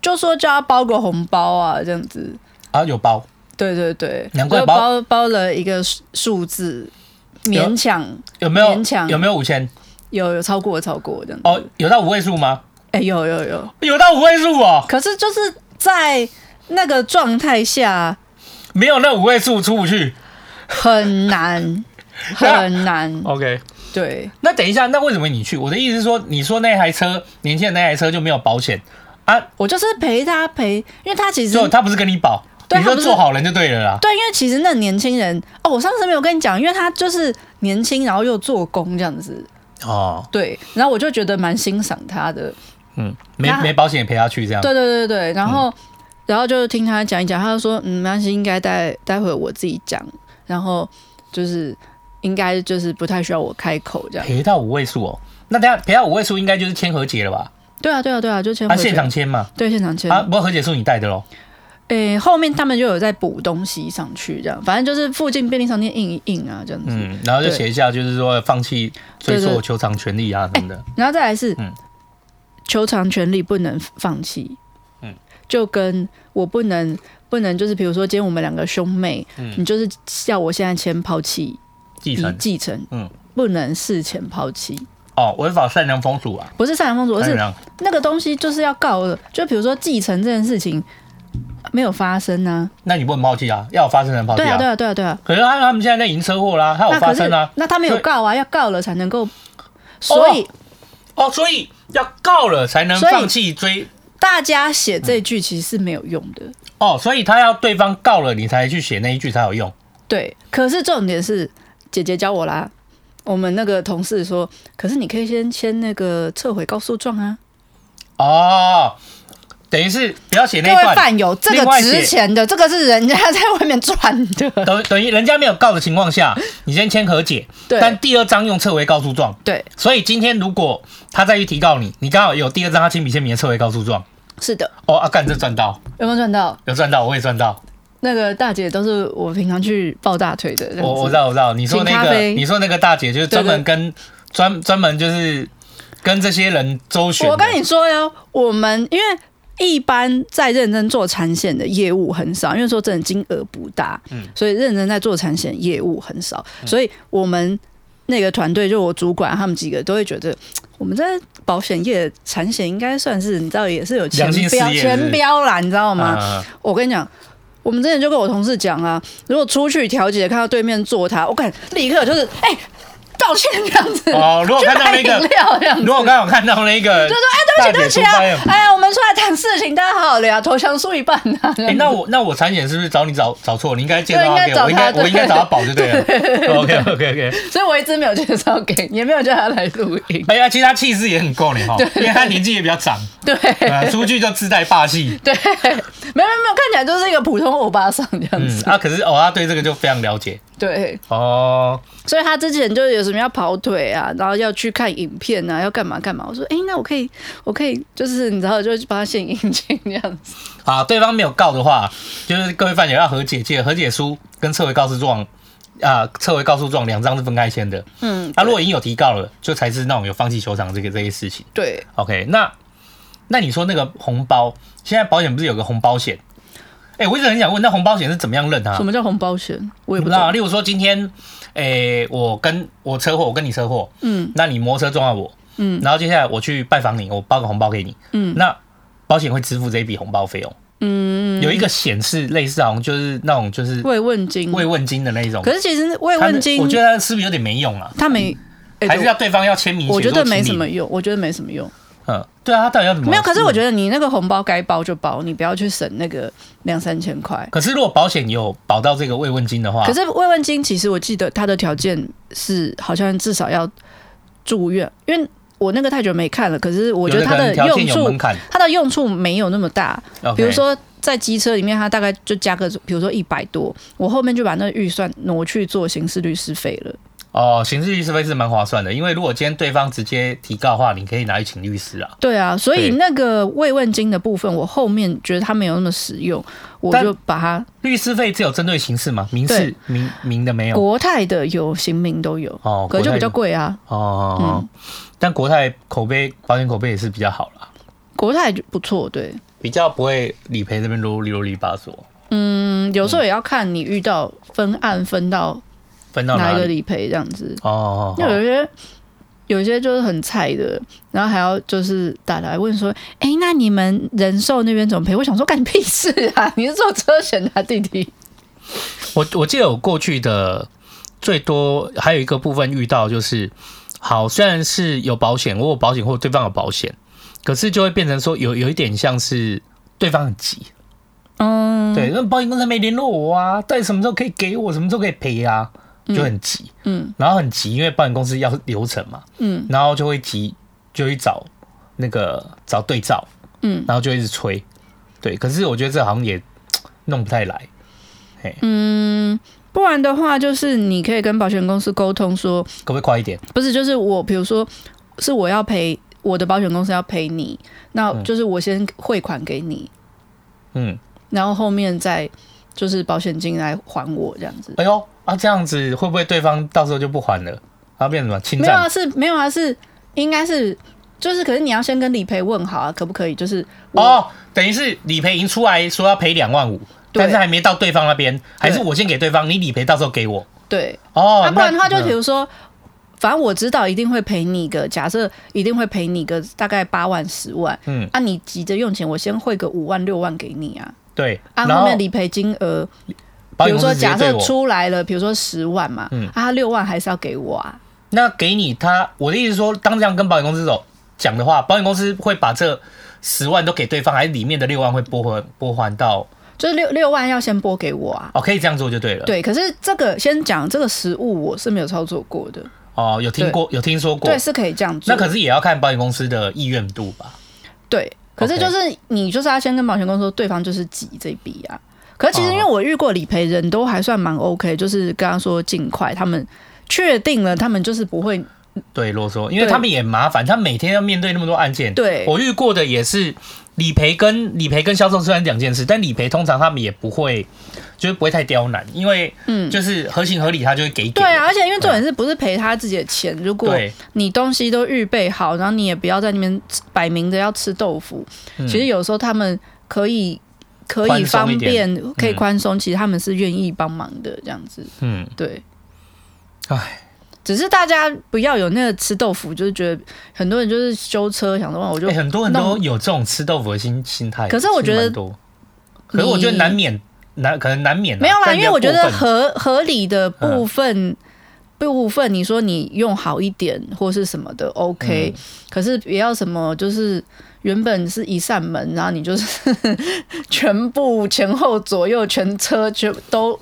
Speaker 3: 就说叫他包个红包啊，这样子。
Speaker 2: 啊，有包，
Speaker 3: 对对对，
Speaker 2: 难怪
Speaker 3: 就
Speaker 2: 包
Speaker 3: 包包了一个数数字，
Speaker 2: 有
Speaker 3: 勉强
Speaker 2: 有没有
Speaker 3: 勉强
Speaker 2: 有没有五千？
Speaker 3: 有有超过超过这样子。
Speaker 2: 哦，有到五位数吗？
Speaker 3: 哎、有有有，
Speaker 2: 有到五位数哦，
Speaker 3: 可是就是在那个状态下
Speaker 2: 没有那五位数出不去。
Speaker 3: 很难很难。
Speaker 2: OK，
Speaker 3: 对，
Speaker 2: 那等一下，那为什么你去？我的意思是说，你说那台车，年轻人那台车就没有保险啊？
Speaker 3: 我就是陪他陪，因为他其实
Speaker 2: 就他不是跟你保，
Speaker 3: 对
Speaker 2: 你
Speaker 3: 他
Speaker 2: 就
Speaker 3: 不是
Speaker 2: 做好人就对了啦。
Speaker 3: 对，因为其实那年轻人哦，我上次没有跟你讲，因为他就是年轻，然后又做工这样子。
Speaker 2: 哦，
Speaker 3: 对，然后我就觉得蛮欣赏他的。
Speaker 2: 嗯，没
Speaker 3: 那
Speaker 2: 没保险也陪他去这样。
Speaker 3: 对对对对，
Speaker 2: 嗯
Speaker 3: 然后、然后就听他讲一讲，他就说，嗯，没关系，应该待待会我自己讲，然后就是应该就是不太需要我开口这样。
Speaker 2: 赔到五位数哦。那等一下赔到五位数应该就是签和解了吧？
Speaker 3: 对啊对啊对啊，就签
Speaker 2: 啊，
Speaker 3: 回
Speaker 2: 现
Speaker 3: 去。
Speaker 2: 场签嘛。
Speaker 3: 对现场签，
Speaker 2: 啊，不过和解书你带的喽。
Speaker 3: 诶、后面他们就有在补东西上去，这样，反正就是附近便利商店印一印啊，这样子。
Speaker 2: 嗯，然后就
Speaker 3: 对
Speaker 2: 写一下，就是说放弃追
Speaker 3: 对哎
Speaker 2: 溯
Speaker 3: 对
Speaker 2: 球场权利啊什么的。
Speaker 3: 然后再来是，
Speaker 2: 嗯
Speaker 3: 球场权利不能放弃，
Speaker 2: 嗯
Speaker 3: 就跟我不能不能就是比如说今天我们两个兄妹，
Speaker 2: 嗯
Speaker 3: 你就是叫我现在先抛弃
Speaker 2: 继
Speaker 3: 遗
Speaker 2: 承
Speaker 3: 继承，
Speaker 2: 嗯
Speaker 3: 不能事前抛弃，
Speaker 2: 哦，违反善良风俗啊。
Speaker 3: 不是善良风俗，而
Speaker 2: 善
Speaker 3: 是
Speaker 2: 良
Speaker 3: 那个东西就是要告的，就比如说继承这件事情没有发生啊，
Speaker 2: 那你不能抛弃啊，要有发生才能抛弃
Speaker 3: 对啊，对
Speaker 2: 啊。
Speaker 3: 啊，对啊，对啊，
Speaker 2: 可是他他们现在在赢车祸啦，他有
Speaker 3: 那可
Speaker 2: 发
Speaker 3: 是
Speaker 2: 生啊。
Speaker 3: 那他们有
Speaker 2: 所以
Speaker 3: 告啊，要告了才能够，所以
Speaker 2: 哦，所以要告了才能
Speaker 3: 所以
Speaker 2: 放弃追。
Speaker 3: 大家写这句其实是没有用的，
Speaker 2: 哦，所以他要对方告了，你才去写那一句才有用。
Speaker 3: 对，可是重点是姐姐教我啦。我们那个同事说，可是你可以先签那个撤回告诉状啊，
Speaker 2: 哦，等于是不要写那
Speaker 3: 各
Speaker 2: 一
Speaker 3: 位
Speaker 2: 段。
Speaker 3: 饭友，这
Speaker 2: 另
Speaker 3: 个
Speaker 2: 外写
Speaker 3: 值钱的，这个是人家在外面赚的，
Speaker 2: 等等于人家没有告的情况 下，你先签和解，
Speaker 3: 对
Speaker 2: 但第二章用撤回告诉状。
Speaker 3: 对，
Speaker 2: 所以今天如果他再去提告你，你刚好有第二张他亲笔签名的撤回告诉状，
Speaker 3: 是的，
Speaker 2: 哦，啊，干这赚到，
Speaker 3: 有没有赚到？
Speaker 2: 有赚到，我也赚到，
Speaker 3: 那个大姐都是我平常去抱大腿的，这样子
Speaker 2: 我我知道我知道，你说
Speaker 3: 请
Speaker 2: 那
Speaker 3: 咖
Speaker 2: 个
Speaker 3: 啡
Speaker 2: 你说那个大姐就是专门
Speaker 3: 对对
Speaker 2: 跟专专门就是跟这些人周旋的，
Speaker 3: 我跟你说哟，我们因为一般在认真做产险的业务很少，因为说真的金额不大，
Speaker 2: 嗯
Speaker 3: 所以认真在做产险业务很少，所以我们那个团队就我主管他们几个都会觉得。我们在保险业产险应该算是你知道也是有前
Speaker 2: 良心事
Speaker 3: 标
Speaker 2: 业是不是
Speaker 3: 前标啦，你知道吗？
Speaker 2: 啊
Speaker 3: 我跟你讲，我们之前就跟我同事讲啊，如果出去调解看到对面坐他，我感立刻就是哎、道歉这样子。
Speaker 2: 哦如果
Speaker 3: 去
Speaker 2: 看到那
Speaker 3: 买
Speaker 2: 个
Speaker 3: 饮料这样子，
Speaker 2: 如果刚好看到那个，
Speaker 3: 就说哎，对不起，对不起
Speaker 2: 大姐出
Speaker 3: 啊
Speaker 2: 发，
Speaker 3: 哎呀，我们出来谈事情，大家好好聊，投降输一半啊。这
Speaker 2: 哎、
Speaker 3: 样子
Speaker 2: 那我那我产检是不是找你找找错？你应该介绍
Speaker 3: 对
Speaker 2: 他
Speaker 3: 应该
Speaker 2: 给
Speaker 3: 找
Speaker 2: 我，我应该
Speaker 3: 他对
Speaker 2: 我应该找他保就对 了。OK OK OK。
Speaker 3: 所以我一直没有介绍给你，也没有叫他来录 音。
Speaker 2: 哎呀，其实他气势也很够你哈，因为他年纪也比较长，
Speaker 3: 对
Speaker 2: 对啊出去就自带霸 气。
Speaker 3: 对，没有没有没有，看起来就是一个普通欧巴桑这样
Speaker 2: 嗯
Speaker 3: 子。
Speaker 2: 啊，可是哦，他对这个就非常了解
Speaker 3: 对，
Speaker 2: 哦。
Speaker 3: 所以他之前就有什么要跑腿啊，然后要去看影片啊，要干嘛干嘛。我说，哎、那我可以，我可以，就是你知道，就去帮他献殷勤这样子。
Speaker 2: 啊，对方没有告的话，就是各位饭友要和解，记得和解书跟撤回告示状啊，撤回告诉状两张是分开签的。
Speaker 3: 嗯，
Speaker 2: 啊，如果已经有提告了，就才是那种有放弃球场这个这些事情。
Speaker 3: 对，
Speaker 2: OK，那那你说那个红包，现在保险不是有个红包险？哎、我一直很想问，那红包险是怎么样认啊
Speaker 3: 什？么叫红包险？我也
Speaker 2: 不
Speaker 3: 不
Speaker 2: 知
Speaker 3: 知道
Speaker 2: 道，。例如说今天，诶、我跟我车祸，我跟你车祸，
Speaker 3: 嗯，
Speaker 2: 那你摩托车撞到我，
Speaker 3: 嗯，
Speaker 2: 然后接下来我去拜访你，我包个红包给你，
Speaker 3: 嗯，
Speaker 2: 那保险会支付这一笔红包费用，
Speaker 3: 嗯，
Speaker 2: 有一个显示类似好像就是那种就是
Speaker 3: 慰问金。
Speaker 2: 慰啊问金的那一种，
Speaker 3: 可是其实慰
Speaker 2: 它的
Speaker 3: 问金，
Speaker 2: 我觉得它是不是有点没用啊？
Speaker 3: 他没，哎
Speaker 2: 还是要对方要签名
Speaker 3: 我
Speaker 2: 写
Speaker 3: 我觉
Speaker 2: 说
Speaker 3: 得没
Speaker 2: 请
Speaker 3: 什
Speaker 2: 你
Speaker 3: 么用，我觉得没什么用。
Speaker 2: 嗯，对啊，他到底要怎么？
Speaker 3: 没有，可是我觉
Speaker 2: 得，
Speaker 3: 得你那个红包该包就包，你不要去省那个两三千块。
Speaker 2: 可是如果保险有保到这个慰问金的话，
Speaker 3: 可是慰问金其实我记得它的条件是好像至少要住院，因为我那个太久没看了，可是我觉得
Speaker 2: 有
Speaker 3: 它
Speaker 2: 那个
Speaker 3: 的
Speaker 2: 条
Speaker 3: 用
Speaker 2: 件有
Speaker 3: 处
Speaker 2: 门槛，
Speaker 3: 它的用处没有那么大。
Speaker 2: OK
Speaker 3: 比如说在机车里面，它大概就加个比如说一百多，我后面就把那个预算挪去做刑事律师费了。
Speaker 2: 哦，刑事律师费是蛮划算的，因为如果今天对方直接提告的话，你可以拿去请律师啊。
Speaker 3: 对啊，所以
Speaker 2: 对
Speaker 3: 那个慰问金的部分，我后面觉得它没有那么实用，我
Speaker 2: 但
Speaker 3: 就把它
Speaker 2: 律师费只有针对刑事嘛，民事
Speaker 3: 对
Speaker 2: 民民的没有。
Speaker 3: 国泰的有刑民都有，
Speaker 2: 哦，
Speaker 3: 可
Speaker 2: 国
Speaker 3: 是就
Speaker 2: 泰
Speaker 3: 比较贵啊。
Speaker 2: 哦哦，哦但国泰口碑保险口碑也是比较好啦，
Speaker 3: 国泰就不错，对，
Speaker 2: 比较不会理赔这边啰里啰里吧嗦，
Speaker 3: 嗯，有时候也要看你遇到分案分到
Speaker 2: 分到
Speaker 3: 哪
Speaker 2: 哪
Speaker 3: 一个
Speaker 2: 里？
Speaker 3: 理赔这样子，
Speaker 2: 哦哦，
Speaker 3: 因为有
Speaker 2: 哦
Speaker 3: 些有些就是很菜的，然后还要就是打来问说，哎、那你们人寿那边怎么赔？我想说干你屁事啊， 你是做车险的、啊、弟弟，
Speaker 2: 我我记得我过去的最多还有一个部分遇到就是，好，虽然是有保险，我有保险或对方有保险，可是就会变成说有有一点像是对方很急，
Speaker 3: 嗯，
Speaker 2: 对，那保险公司没联络我啊，到底什么时候可以给我，什么时候可以赔啊，就很急，
Speaker 3: 嗯
Speaker 2: 然后很急，因为保险公司要流程嘛，
Speaker 3: 嗯
Speaker 2: 然后就会急，就会找那个找对照，
Speaker 3: 嗯
Speaker 2: 然后就一直催，对，可是我觉得这好像也弄不太来，嘿，
Speaker 3: 嗯，不然的话就是你可以跟保险公司沟通说，
Speaker 2: 可不可以快一点？
Speaker 3: 不是，就是我，比如说是我要赔我的保险公司要赔你，那就是我先汇款给你，
Speaker 2: 嗯，
Speaker 3: 然后后面再就是保险金来还我这样子。
Speaker 2: 哎呦啊，这样子会不会对方到时候就不还了？他变成什么侵
Speaker 3: 没有
Speaker 2: 占
Speaker 3: 啊，？是没有啊，是应该是就是，可是你要先跟理赔问好啊，可不可以？就是我，
Speaker 2: 哦，等于是理赔已经出来说要赔两万五，
Speaker 3: 对
Speaker 2: 但是还没到对方那边，还是
Speaker 3: 对
Speaker 2: 我先给对方，你理赔到时候给我。
Speaker 3: 对，
Speaker 2: 哦，
Speaker 3: 啊，不然的
Speaker 2: 那
Speaker 3: 话就
Speaker 2: 嗯
Speaker 3: 比如说。反正我知道一定会赔你个，假设一定会赔你个大概八万十万，
Speaker 2: 嗯
Speaker 3: 啊，你急着用钱，我先汇个五万六万给你啊，
Speaker 2: 对，
Speaker 3: 啊，
Speaker 2: 然
Speaker 3: 后
Speaker 2: 后
Speaker 3: 面理赔金额
Speaker 2: 保
Speaker 3: 比
Speaker 2: 险公
Speaker 3: 如
Speaker 2: 司
Speaker 3: 说
Speaker 2: 直接
Speaker 3: 假
Speaker 2: 对
Speaker 3: 设
Speaker 2: 我，
Speaker 3: 出来了，比如说十万嘛，
Speaker 2: 嗯
Speaker 3: 啊，他六万还是要给我啊，
Speaker 2: 那给你他，我的意思是说，当这样跟保险公司走讲的话，保险公司会把这十万都给对方，还是里面的六万会拨回拨还到？
Speaker 3: 就是六六万要先拨给我啊。
Speaker 2: 哦，可以这样做就对了。
Speaker 3: 对，可是这个先讲这个实物，我是没有操作过的，
Speaker 2: 哦，有听过，有听说过
Speaker 3: 对，。是可以这样做。
Speaker 2: 那可是也要看保险公司的意愿度吧。
Speaker 3: 对，可是
Speaker 2: OK
Speaker 3: 就是你就是要先跟保险公司说，对方就是急这笔啊。可是其实
Speaker 2: 哦
Speaker 3: 因为我遇过理赔人都还算蛮 OK，就是跟他说尽快，他们确定了，他们就是不会
Speaker 2: 对，啰嗦，因为
Speaker 3: 对
Speaker 2: 他们也麻烦，他每天要面对那么多案件。
Speaker 3: 对
Speaker 2: 我遇过的也是理赔跟理赔跟销售虽然两件事，但理赔通常他们也不会，就是不会太刁难，因为
Speaker 3: 嗯。
Speaker 2: 就是合情合理，他就会给一
Speaker 3: 对
Speaker 2: 点。
Speaker 3: 啊，而且因为重点是不是赔他自己的钱？如果
Speaker 2: 对，
Speaker 3: 你东西都预备好，然后你也不要在那边吃摆明着要吃豆腐。
Speaker 2: 嗯
Speaker 3: 其实有时候他们可以可以
Speaker 2: 宽
Speaker 3: 方
Speaker 2: 松一点
Speaker 3: 便，可以宽松，其实他们是愿意帮忙的，这样子。
Speaker 2: 嗯，
Speaker 3: 对，
Speaker 2: 唉，
Speaker 3: 只是大家不要有那个吃豆腐，就是觉得很多人就是修车，想说哇我就、
Speaker 2: 欸很多很
Speaker 3: 那
Speaker 2: 多
Speaker 3: 我
Speaker 2: 有这种吃豆腐的心心态。
Speaker 3: 可是我觉得
Speaker 2: 其实蛮多，可是我觉得
Speaker 3: 你
Speaker 2: 难免难可能难免啊
Speaker 3: 没有啦，
Speaker 2: 但
Speaker 3: 因
Speaker 2: 不
Speaker 3: 为
Speaker 2: 要
Speaker 3: 我觉
Speaker 2: 过
Speaker 3: 得
Speaker 2: 分
Speaker 3: 合合理的部分。部分你说你用好一点或是什么的 OK，、可是不要什么就是原本是一扇门，然后你就是 全部前后左右全车全都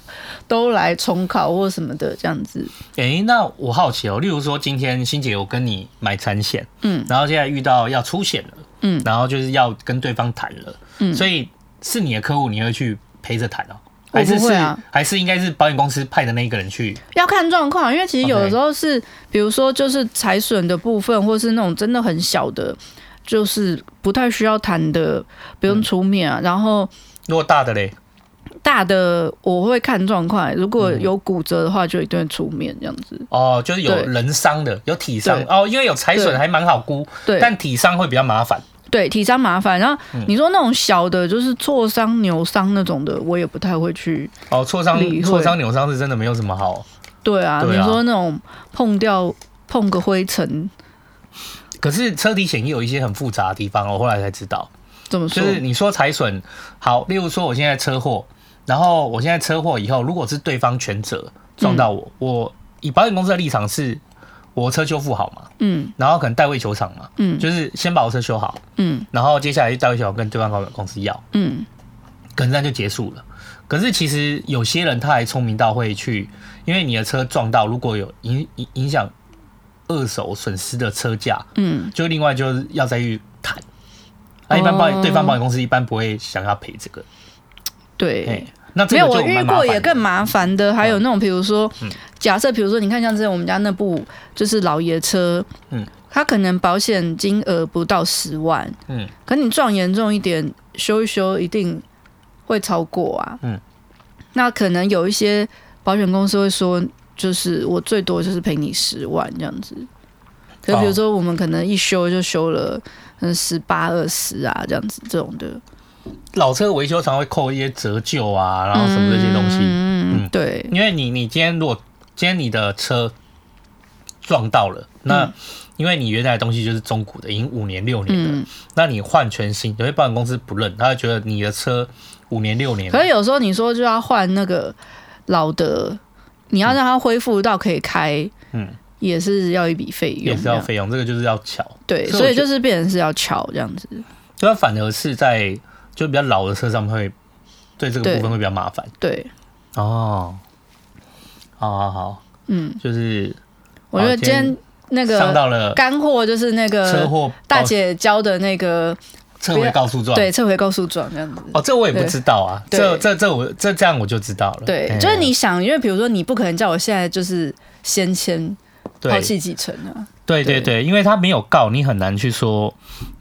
Speaker 3: 都来重考或什么的这样子。
Speaker 2: 诶，那我好奇哦，例如说今天欣姐我跟你买产险，
Speaker 3: 嗯，
Speaker 2: 然后现在遇到要出险了，
Speaker 3: 嗯
Speaker 2: 然后就是要跟对方谈了，
Speaker 3: 嗯
Speaker 2: 所以是你的客户，你会去陪着谈哦，
Speaker 3: 我
Speaker 2: 还是
Speaker 3: 不
Speaker 2: 是、
Speaker 3: 会啊
Speaker 2: 还是应该是保险公司派的那一个人去？
Speaker 3: 要看状况，因为其实有
Speaker 2: OK
Speaker 3: 的时候是比如说就是财损的部分，或是那种真的很小的，就是不太需要谈的，不用出面
Speaker 2: 嗯
Speaker 3: 啊。然后
Speaker 2: 如果大的嘞，
Speaker 3: 大的我会看状况，如果有骨折的话，就一定会出面这样子。
Speaker 2: 哦，就是有
Speaker 3: 对
Speaker 2: 人伤的，有体伤
Speaker 3: 对
Speaker 2: 哦，因为有财损
Speaker 3: 对
Speaker 2: 还蛮好估，
Speaker 3: 对，
Speaker 2: 但嗯体伤会比较麻烦。
Speaker 3: 对体伤麻烦。然后你说那种小的，就是挫伤、扭伤那种的，我也不太会去。
Speaker 2: 哦，挫伤
Speaker 3: 理、会
Speaker 2: 挫伤、扭伤是真的没有什么好。
Speaker 3: 对啊，
Speaker 2: 对啊
Speaker 3: 你说那种碰掉碰个灰尘，
Speaker 2: 可是车体险也有一些很复杂的地方，我后来才知道，
Speaker 3: 怎么
Speaker 2: 就
Speaker 3: 说？
Speaker 2: 是你说财损，好，例如说我现在车祸，然后我现在车祸以后，如果是对方全责撞到我，
Speaker 3: 嗯
Speaker 2: 我以保险公司的立场是，我车修复好嘛，
Speaker 3: 嗯
Speaker 2: 然后可能代位求偿嘛，
Speaker 3: 嗯
Speaker 2: 就是先把我车修好，
Speaker 3: 嗯
Speaker 2: 然后接下来就代位求偿跟对方保险公司要，
Speaker 3: 嗯，
Speaker 2: 可能这样就结束了。可是其实有些人他还聪明到会去，因为你的车撞到，如果有影影影响二手损失的车价，
Speaker 3: 嗯，
Speaker 2: 就另外就是要再去谈。那一般保险
Speaker 3: 哦
Speaker 2: 对方保险公司一般不会想要赔这个，
Speaker 3: 对。
Speaker 2: 哎，那这
Speaker 3: 哦
Speaker 2: 个
Speaker 3: 没
Speaker 2: 就
Speaker 3: 有，我遇
Speaker 2: 蛮麻
Speaker 3: 过
Speaker 2: 烦的
Speaker 3: 也更麻烦的，还有那种，比如说，
Speaker 2: 嗯
Speaker 3: 假设比如说，你看像之前我们家那部就是老爷车，
Speaker 2: 嗯，
Speaker 3: 它可能保险金额不到十万，
Speaker 2: 嗯，
Speaker 3: 可你撞严重一点，修一修一定会超过啊，
Speaker 2: 嗯，
Speaker 3: 那可能有一些保险公司会说，就是我最多就是赔你十万这样子，可是比如说我们可能一修就修了嗯十八二十啊这样子这种
Speaker 2: 哦
Speaker 3: 的，
Speaker 2: 老车维修常会扣一些折旧啊，然后什么这些东西，
Speaker 3: 嗯
Speaker 2: 嗯，
Speaker 3: 对，
Speaker 2: 因为你你今天如果今天你的车撞到了，
Speaker 3: 嗯
Speaker 2: 那因为你原来的东西就是中古的，已经五年六年了，
Speaker 3: 嗯。
Speaker 2: 那你换全新，有些保险公司不认，他会觉得你的车五年六年了，
Speaker 3: 可是有时候你说就要换那个老的，你要让它恢复到可以开，
Speaker 2: 嗯，
Speaker 3: 也是要一笔费用，
Speaker 2: 也是要费用，这个就是要巧。
Speaker 3: 这样对，
Speaker 2: 所以我
Speaker 3: 所以
Speaker 2: 觉
Speaker 3: 就是变成是要敲这样子，
Speaker 2: 就它反而是在就比较老的车上会对这个
Speaker 3: 对
Speaker 2: 部分会比较麻烦
Speaker 3: 对，
Speaker 2: 哦。好好好，
Speaker 3: 嗯，
Speaker 2: 就是
Speaker 3: 我觉得
Speaker 2: 好
Speaker 3: 今天那
Speaker 2: 上
Speaker 3: 个
Speaker 2: 到了
Speaker 3: 干货就是那
Speaker 2: 车
Speaker 3: 个
Speaker 2: 祸
Speaker 3: 大姐教的那个
Speaker 2: 车回告诉状，
Speaker 3: 对撤回告诉状这样子。
Speaker 2: 哦，这我也不知道啊，
Speaker 3: 对
Speaker 2: 这这这我这这样我就知道了，
Speaker 3: 对
Speaker 2: 哎，
Speaker 3: 就是你想，因为比如说你不可能叫我现在就是先签抛
Speaker 2: 对
Speaker 3: 弃继承啊，
Speaker 2: 对对
Speaker 3: 对
Speaker 2: 对，因为他没有告，你很难去说，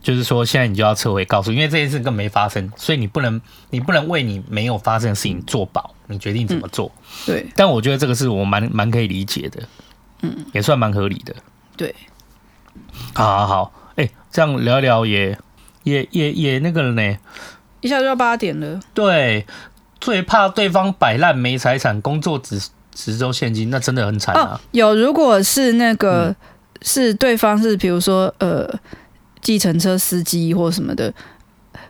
Speaker 2: 就是说现在你就要撤回告诉，因为这件事根本没发生，所以你不能你不能为你没有发生的事情做保，你决定怎么做。
Speaker 3: 对
Speaker 2: 但我觉得这个是我蛮蛮可以理解的，嗯，也算蛮合理的。
Speaker 3: 对，
Speaker 2: 好好好，哎、这样聊一聊也也也也那个了呢。
Speaker 3: 一下就要八点了，
Speaker 2: 对，最怕对方摆烂没财产，工作只只收现金，那真的很惨
Speaker 3: 哦
Speaker 2: 啊。，
Speaker 3: 有，如果是那个、是对方是比如说呃，计程车司机或什么的，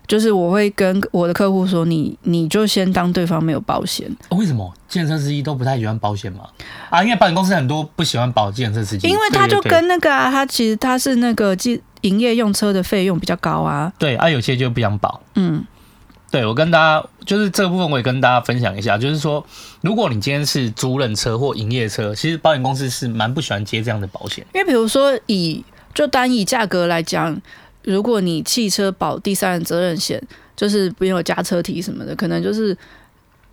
Speaker 3: 就是我会跟我的客户说，你你就先当对方没有保险，
Speaker 2: 哦为什么健身司机都不太喜欢保险嘛？啊，因为保险公司很多不喜欢保健身司机，
Speaker 3: 因为他就
Speaker 2: 对对
Speaker 3: 跟那个啊，他其实他是那个计营业用车的费用比较高啊，
Speaker 2: 对对啊，有些就不想保。
Speaker 3: 嗯
Speaker 2: 对我跟大家就是这个部分，我也跟大家分享一下，就是说，如果你今天是租赁车或营业车，其实保险公司是蛮不喜欢接这样的保险。
Speaker 3: 因为比如说以就单以价格来讲，如果你汽车保第三人责任险，就是没有加车体什么的，可能就是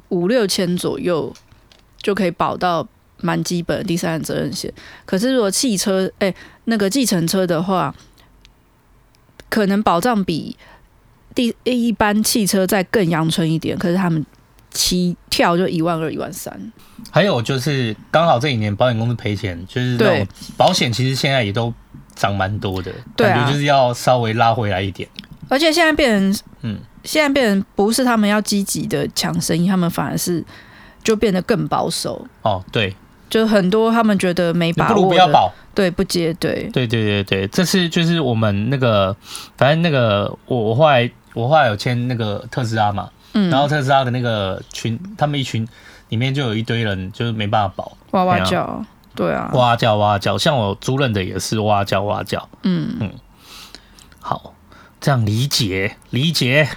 Speaker 3: 五六千左右就可以保到蛮基本的第三人责任险。可是如果汽车哎、那个计程车的话，可能保障比第一般汽车再更阳春一点，可是他们起跳就一万二、一万三。
Speaker 2: 还有就是，刚好这几年保险公司赔钱，就是那
Speaker 3: 对
Speaker 2: 种保险，其实现在也都涨蛮多的，
Speaker 3: 对啊
Speaker 2: 感觉就是要稍微拉回来一点。
Speaker 3: 而且现在变成，
Speaker 2: 嗯
Speaker 3: 嗯，现在变成不是他们要积极的抢生意，他们反而是就变得更保守，
Speaker 2: 哦，对，
Speaker 3: 就很多他们觉得没
Speaker 2: 你
Speaker 3: 把
Speaker 2: 不如
Speaker 3: 握的，
Speaker 2: 不要保。
Speaker 3: 对，不接，对，
Speaker 2: 对对对对，这是就是我们那个，反正那个我我后来我后来有签那个特斯拉嘛，
Speaker 3: 嗯，
Speaker 2: 然后特斯拉的那个群，他们一群里面就有一堆人就是没办法保，
Speaker 3: 哇哇
Speaker 2: 对啊
Speaker 3: 叫，对啊，
Speaker 2: 哇叫哇叫，像我租赁的也是哇叫哇叫。
Speaker 3: 嗯
Speaker 2: 嗯，好，这样理解理解。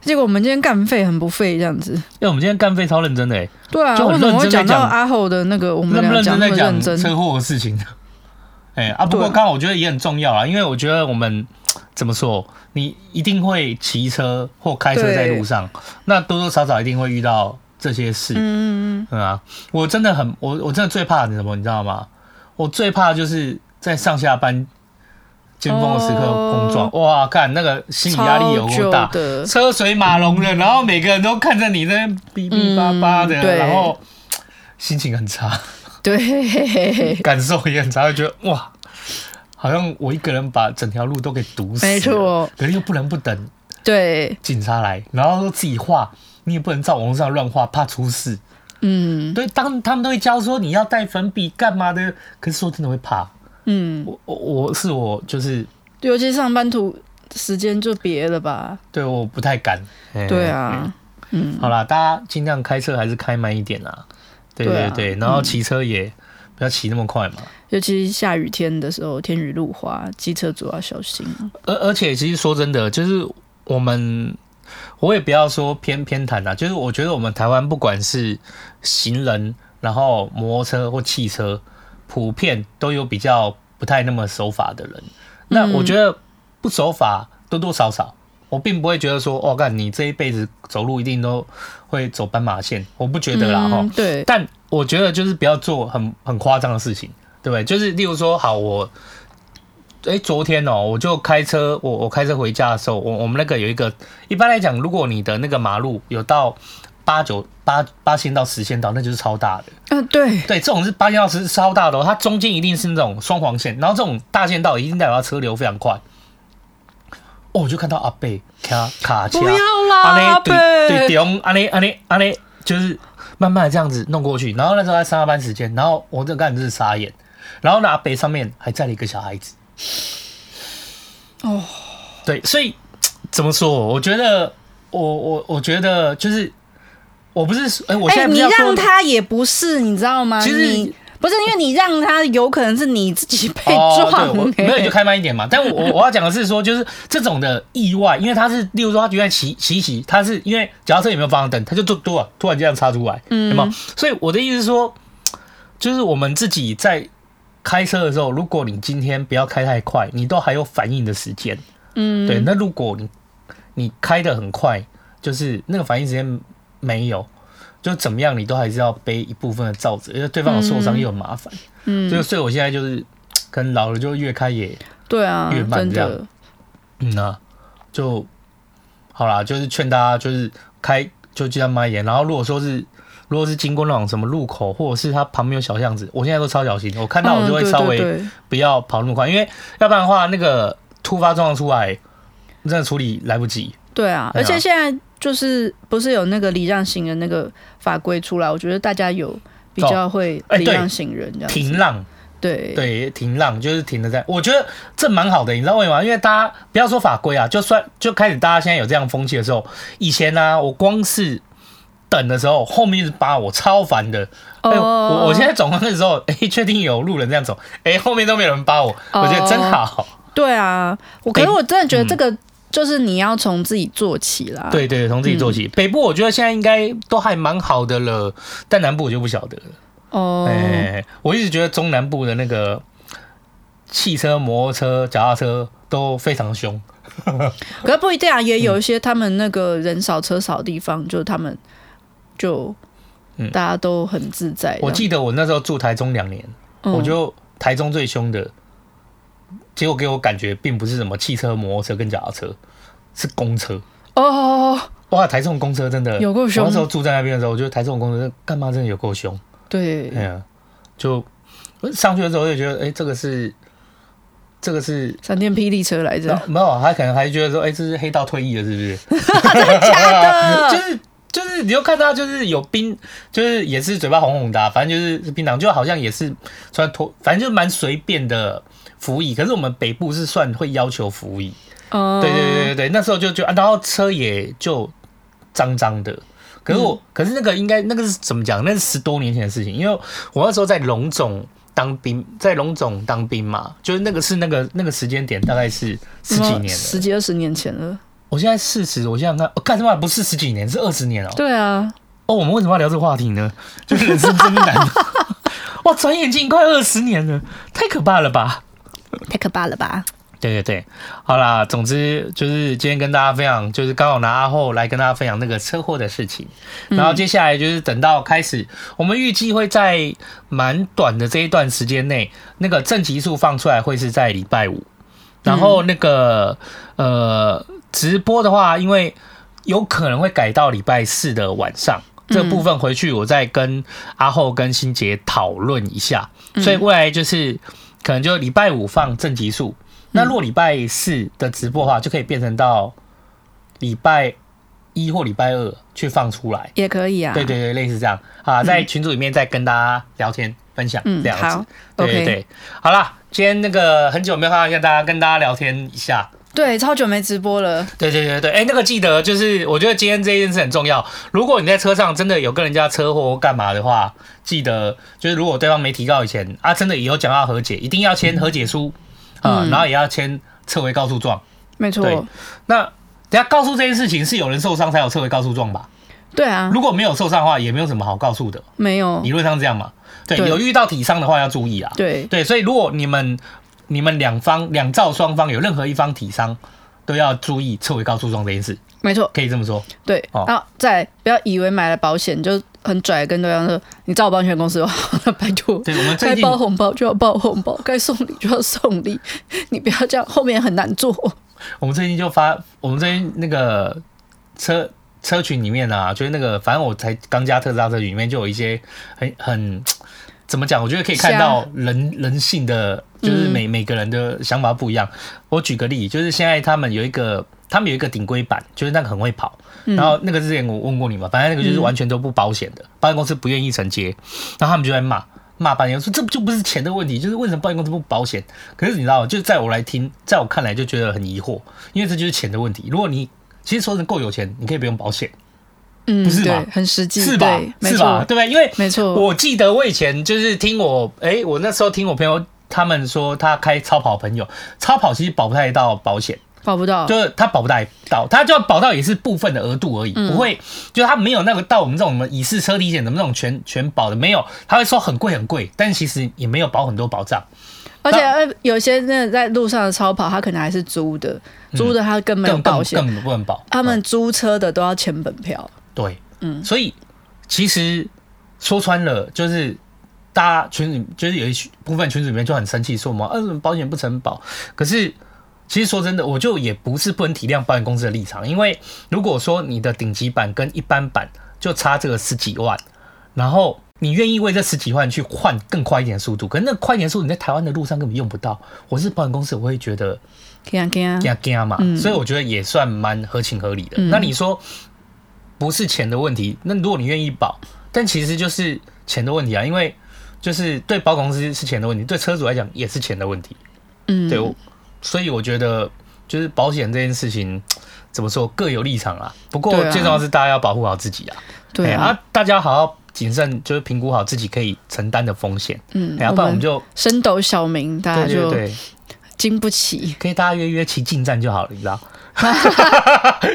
Speaker 3: 结果我们今天干废很不废这样子。
Speaker 2: 因为我们今天干费超认真的、欸，
Speaker 3: 对啊，
Speaker 2: 就很
Speaker 3: 为什么会
Speaker 2: 认真在
Speaker 3: 讲到
Speaker 2: 讲
Speaker 3: 阿后的那个？我们
Speaker 2: 认不
Speaker 3: 俩
Speaker 2: 认真
Speaker 3: 那
Speaker 2: 在
Speaker 3: 么
Speaker 2: 讲
Speaker 3: 认真，
Speaker 2: 车祸的事情？ 哎、啊，不过
Speaker 3: 对
Speaker 2: 刚好我觉得也很重要啦，啊因为我觉得我们怎么说，你一定会骑车或开车在路上，那多多少少一定会遇到这些事。嗯嗯嗯，啊，我真的很，我我真的最怕你什么，你知道吗？我最怕就是在上下班尖峰的时刻
Speaker 3: 哦
Speaker 2: 碰撞，哇，看那个心理压力有
Speaker 3: 超
Speaker 2: 多
Speaker 3: 久
Speaker 2: 大，
Speaker 3: 的。
Speaker 2: 车水马龙的，然后每个人都看着你在那边哔哔叭叭的，
Speaker 3: 嗯对
Speaker 2: 然后心情很差，
Speaker 3: 对，
Speaker 2: 感受也很差，会觉得哇，好像我一个人把整条路都给堵死了，
Speaker 3: 没错
Speaker 2: 可是又不能不等
Speaker 3: 对，
Speaker 2: 警察来，然后又自己画，你也不能照网络上乱画，怕出事。
Speaker 3: 嗯
Speaker 2: 对，当他们都会教说你要带粉笔干嘛的，可是说真的会怕，
Speaker 3: 嗯，
Speaker 2: 我我我是我就是
Speaker 3: 尤其上班途时间就别了吧。
Speaker 2: 对我不太敢，
Speaker 3: 对
Speaker 2: 嗯
Speaker 3: 啊，
Speaker 2: 好啦，大家尽量开车还是开慢一点啦。对
Speaker 3: 对啊
Speaker 2: 对对，然后骑车也不要骑那么快嘛。
Speaker 3: 尤其下雨天的时候，天雨路滑，机车主要小心。
Speaker 2: 而而且其实说真的，就是我们我也不要说偏偏袒啦，就是我觉得我们台湾不管是行人，然后摩托车或汽车，普遍都有比较不太那么守法的人。那我觉得不守法多多少少。我并不会觉得说，哦，干你这一辈子走路一定都会走斑马线，我不觉得啦，哈、
Speaker 3: 嗯，对，
Speaker 2: 但我觉得就是不要做很很夸张的事情，对不对？就是例如说，好，我，哎、昨天哦，我就开车，我我开车回家的时候，我我们那个有一个，一般来讲，如果你的那个马路有到八九八八线到十线道，那就是超大的。
Speaker 3: 嗯、对，
Speaker 2: 对，这种是八线道是超大的、哦，它中间一定是那种双黄线，然后这种大线道一定代表它车流非常快。哦，我就看到阿贝卡卡车，啊
Speaker 3: 不要啦，
Speaker 2: 安
Speaker 3: 阿
Speaker 2: 尼对对
Speaker 3: 贝，
Speaker 2: 中，安尼安尼安尼，就是慢慢地这样子弄过去。然后那时候在上下班时间，然后我这干真是傻眼。然后那阿北上面还站了一个小孩子。
Speaker 3: 哦，
Speaker 2: 对，所以怎么说？我觉得，我我我觉得就是，我不是，哎、我现
Speaker 3: 哎、
Speaker 2: 在不
Speaker 3: 你
Speaker 2: 是要
Speaker 3: 让
Speaker 2: 说，
Speaker 3: 他也不是，你知道吗？
Speaker 2: 其实
Speaker 3: 你不是因为你让他，有可能是你自己被
Speaker 2: 哦，
Speaker 3: 撞、
Speaker 2: 对，我
Speaker 3: 哎
Speaker 2: 没有你就开慢一点嘛。但我我我要讲的是说，就是这种的意外，因为他是，例如说他就在骑骑一骑，他是因为脚踏车也没有方向灯，他就突突然突然这样插出来，嗯，有没有？所以我的意思是说，就是我们自己在开车的时候，如果你今天不要开太快，你都还有反应的时间，
Speaker 3: 嗯，
Speaker 2: 对。那如果你你开的很快，就是那个反应时间没有。就怎么样，你都还是要背一部分的罩子，因为对方有受伤又很麻烦。
Speaker 3: 嗯，
Speaker 2: 就所以我现在就是，可能老了就越开也
Speaker 3: 对啊
Speaker 2: 越，慢
Speaker 3: 真
Speaker 2: 这样
Speaker 3: 的，
Speaker 2: 嗯呐、就好啦，就是劝大家就是开就尽量慢一点。然后如果说是如果是经过那种什么路口，或者是它旁边有小巷子，我现在都超小心，我看到我就会
Speaker 3: 嗯对
Speaker 2: 稍
Speaker 3: 对
Speaker 2: 微
Speaker 3: 对
Speaker 2: 不要跑那么快，因为要不然的话那个突发状况出来，真的处理来不及。
Speaker 3: 对啊，
Speaker 2: 对
Speaker 3: 而
Speaker 2: 啊
Speaker 3: 且现在就是不是有那个礼让行人那个法规出来，我觉得大家有比较会
Speaker 2: 哎
Speaker 3: 礼
Speaker 2: 对
Speaker 3: 让行人这样子，
Speaker 2: 停浪，
Speaker 3: 对
Speaker 2: 对，停浪就是停的在，我觉得这蛮好的，你知道为什么吗？因为大家不要说法规啊，就算就开始大家现在有这样风气的时候，以前呢、我光是等的时候，后面一直扒我，超烦的。
Speaker 3: 哦
Speaker 2: 哎、我我现在走过那时候， 哎、确定有路人这样走，哎、后面都没有人扒我，我觉得真好。
Speaker 3: 对啊，我可是
Speaker 2: 哎
Speaker 3: 我真的觉得这个就是你要从自己做起啦，
Speaker 2: 对对，从自己做起。
Speaker 3: 嗯
Speaker 2: 北部我觉得现在应该都还蛮好的了，但南部我就不晓得了。
Speaker 3: 哦，
Speaker 2: 哎、我一直觉得中南部的那个汽车、摩托车、脚踏车都非常凶。
Speaker 3: 可是不一定啊，也有一些他们那个人少车少的地方，就他们就
Speaker 2: 嗯
Speaker 3: 大家都很自在这样。
Speaker 2: 我记得我那时候住台中两年，
Speaker 3: 哎嗯
Speaker 2: 我就台中最凶的，结果给我感觉并不是什么汽车、摩托车跟脚踏车，是公车。
Speaker 3: 哦，
Speaker 2: 哇，台中公车真的
Speaker 3: 有够凶
Speaker 2: 我那时候住在那边的时候，我觉得台中公车干嘛真的有够凶。
Speaker 3: 对
Speaker 2: 哎，呀，就我上去的时候就觉得，哎、这个是这个是。
Speaker 3: 闪电霹雳车来着，
Speaker 2: 没有，他可能还觉得说，哎、这是黑道退役了，是不是？
Speaker 3: 假
Speaker 2: 就
Speaker 3: 的，
Speaker 2: 是就是，你就看他就是有槟，就是也是嘴巴红红的啊、反正就是是槟榔，就好像也是穿脱，反正就蛮随便的服役。可是我们北部是算会要求服役，
Speaker 3: 哦
Speaker 2: 对对对对对，那时候就就、啊然后车也就脏脏的。可是我，可是那个应该那个是怎么讲？那是十多年前的事情，因为我那时候在龙总当兵，在龙总当兵嘛，就是那个是那个那个时间点，大概是十几年了。哦
Speaker 3: 嗯十几二十年前了。
Speaker 2: 我现在四十，我想想看，哦干、什么不是十几年，是二十年哦。
Speaker 3: 对啊，
Speaker 2: 哦，我们为什么要聊这个话题呢？就是人生真难。哇，转眼间快二十年了，太可怕了吧？
Speaker 3: 太可怕了吧？
Speaker 2: 对对对，好啦，总之就是今天跟大家分享，就是刚好拿阿后来跟大家分享那个车祸的事情，然后接下来就是等到开始，我们预计会在蛮短的这一段时间内，那个正极数放出来会是在礼拜五，然后那个、呃直播的话，因为有可能会改到礼拜四的晚上。这部分回去我再跟阿后跟欣杰讨论一下，所以未来就是可能就礼拜五放正极数，
Speaker 3: 嗯
Speaker 2: 那如果礼拜四的直播的话，就可以变成到礼拜一或礼拜二去放出来。
Speaker 3: 也可以啊。
Speaker 2: 对对对，类似这样啊，在群组里面再跟大家聊天分享
Speaker 3: 嗯
Speaker 2: 这样子
Speaker 3: 好。
Speaker 2: 对对
Speaker 3: OK
Speaker 2: 对，好啦，今天那个很久没有看到大家，跟大家聊天一下。
Speaker 3: 对，超久没直播了。
Speaker 2: 对对对对，哎、那个记得就是，我觉得今天这件事很重要。如果你在车上真的有跟人家车祸或干嘛的话，记得就是如果对方没提告以前啊，真的以后讲到和解，一定要签和解书啊、
Speaker 3: 嗯
Speaker 2: 然后也要签撤回告诉状。
Speaker 3: 没
Speaker 2: 对
Speaker 3: 错，
Speaker 2: 那等下告诉这件事情是有人受伤才有撤回告诉状吧？
Speaker 3: 对啊，
Speaker 2: 如果没有受伤的话，也没有什么好告诉的，
Speaker 3: 没有
Speaker 2: 理，论上是这样嘛。对，
Speaker 3: 对
Speaker 2: 有遇到体伤的话要注意啊。
Speaker 3: 对
Speaker 2: 对，所以如果你们你们两方两造双方有任何一方体伤，都要注意撤回告诉状这件事，
Speaker 3: 没错，
Speaker 2: 可以这么说。
Speaker 3: 对。
Speaker 2: 哦
Speaker 3: 然后再不要以为买了保险就很拽，跟对方说你找我保险公司 就好了，拜托。
Speaker 2: 对，我们最
Speaker 3: 该
Speaker 2: 近
Speaker 3: 包红包就要包红包，该送礼就要送礼，你不要这样，后面很难做。
Speaker 2: 我们最近就发，我们最近那个车车群里面啊，就是那个，反正我才刚加特斯拉车群里面就有一些很很怎么讲，我觉得可以看到人人性的，就是每、每个人的想法不一样。我举个例，就是现在他们有一个。他们有一个顶规版，就是那个很会跑，然后那个之前我问过你嘛，反正那个就是完全都不保险的，保险公司不愿意承接，然后他们就在骂骂半天，说这就不是钱的问题，就是为什么保险公司不保险？可是你知道，就在我来听，在我看来就觉得很疑惑，因为这就是钱的问题。如果你其实说真的够有钱，你可以不用保险，
Speaker 3: 嗯，
Speaker 2: 不是吧
Speaker 3: 对，很实际，
Speaker 2: 是吧
Speaker 3: 对？没
Speaker 2: 是吧？
Speaker 3: 错，嗯
Speaker 2: 对不对？因为
Speaker 3: 没错，
Speaker 2: 我记得我以前就是听我，哎、我那时候听我朋友他们说，他开超跑朋友，超跑其实保不太到保险，
Speaker 3: 保不到，
Speaker 2: 就是他保不太到，他就要保到也是部分的额度而已，
Speaker 3: 嗯
Speaker 2: 不会，就是他没有那个到我们这种什么乙式车体险什么那种全全保的，没有，他会说很贵很贵，但其实也没有保很多保障，
Speaker 3: 而且呃有些那个在路上的超跑，他可能还是租的，租的他根本没有
Speaker 2: 嗯更
Speaker 3: 保
Speaker 2: 更
Speaker 3: 险，
Speaker 2: 更不能保。
Speaker 3: 他
Speaker 2: 嗯
Speaker 3: 们租车的都要签本票。
Speaker 2: 对，嗯，所以其实说穿了，就是大家群里就是有一群部分群组里面就很生气，说嘛，嗯、保险不承保。可是其实说真的，我就也不是不能体谅保险公司的立场，因为如果说你的顶级版跟一般版就差这个十几万，然后。你愿意为这十几万去换更快一点的速度，可是那快一点的速度你在台湾的路上根本用不到。我是保险公司，我会觉得
Speaker 3: 天啊天啊！
Speaker 2: 惊惊嘛，所以我觉得也算蛮合情合理
Speaker 3: 嗯
Speaker 2: 的。那你说不是钱的问题，那如果你愿意保，但其实就是钱的问题啊，因为就是对保险公司是钱的问题，对车主来讲也是钱的问题。
Speaker 3: 嗯，
Speaker 2: 对，我所以我觉得就是保险这件事情怎么说各有立场啊。不过
Speaker 3: 对啊
Speaker 2: 最重要的是大家要保护好自己啊，
Speaker 3: 对
Speaker 2: 哎
Speaker 3: 啊，
Speaker 2: 啊，大家好好谨慎，就是评估好自己可以承担的风险。
Speaker 3: 嗯，
Speaker 2: 哎呀，不然我们就
Speaker 3: 深斗小民，大
Speaker 2: 对
Speaker 3: 家
Speaker 2: 对
Speaker 3: 就
Speaker 2: 对。
Speaker 3: 经不起。
Speaker 2: 可以大家约约骑近战就好了，你知道？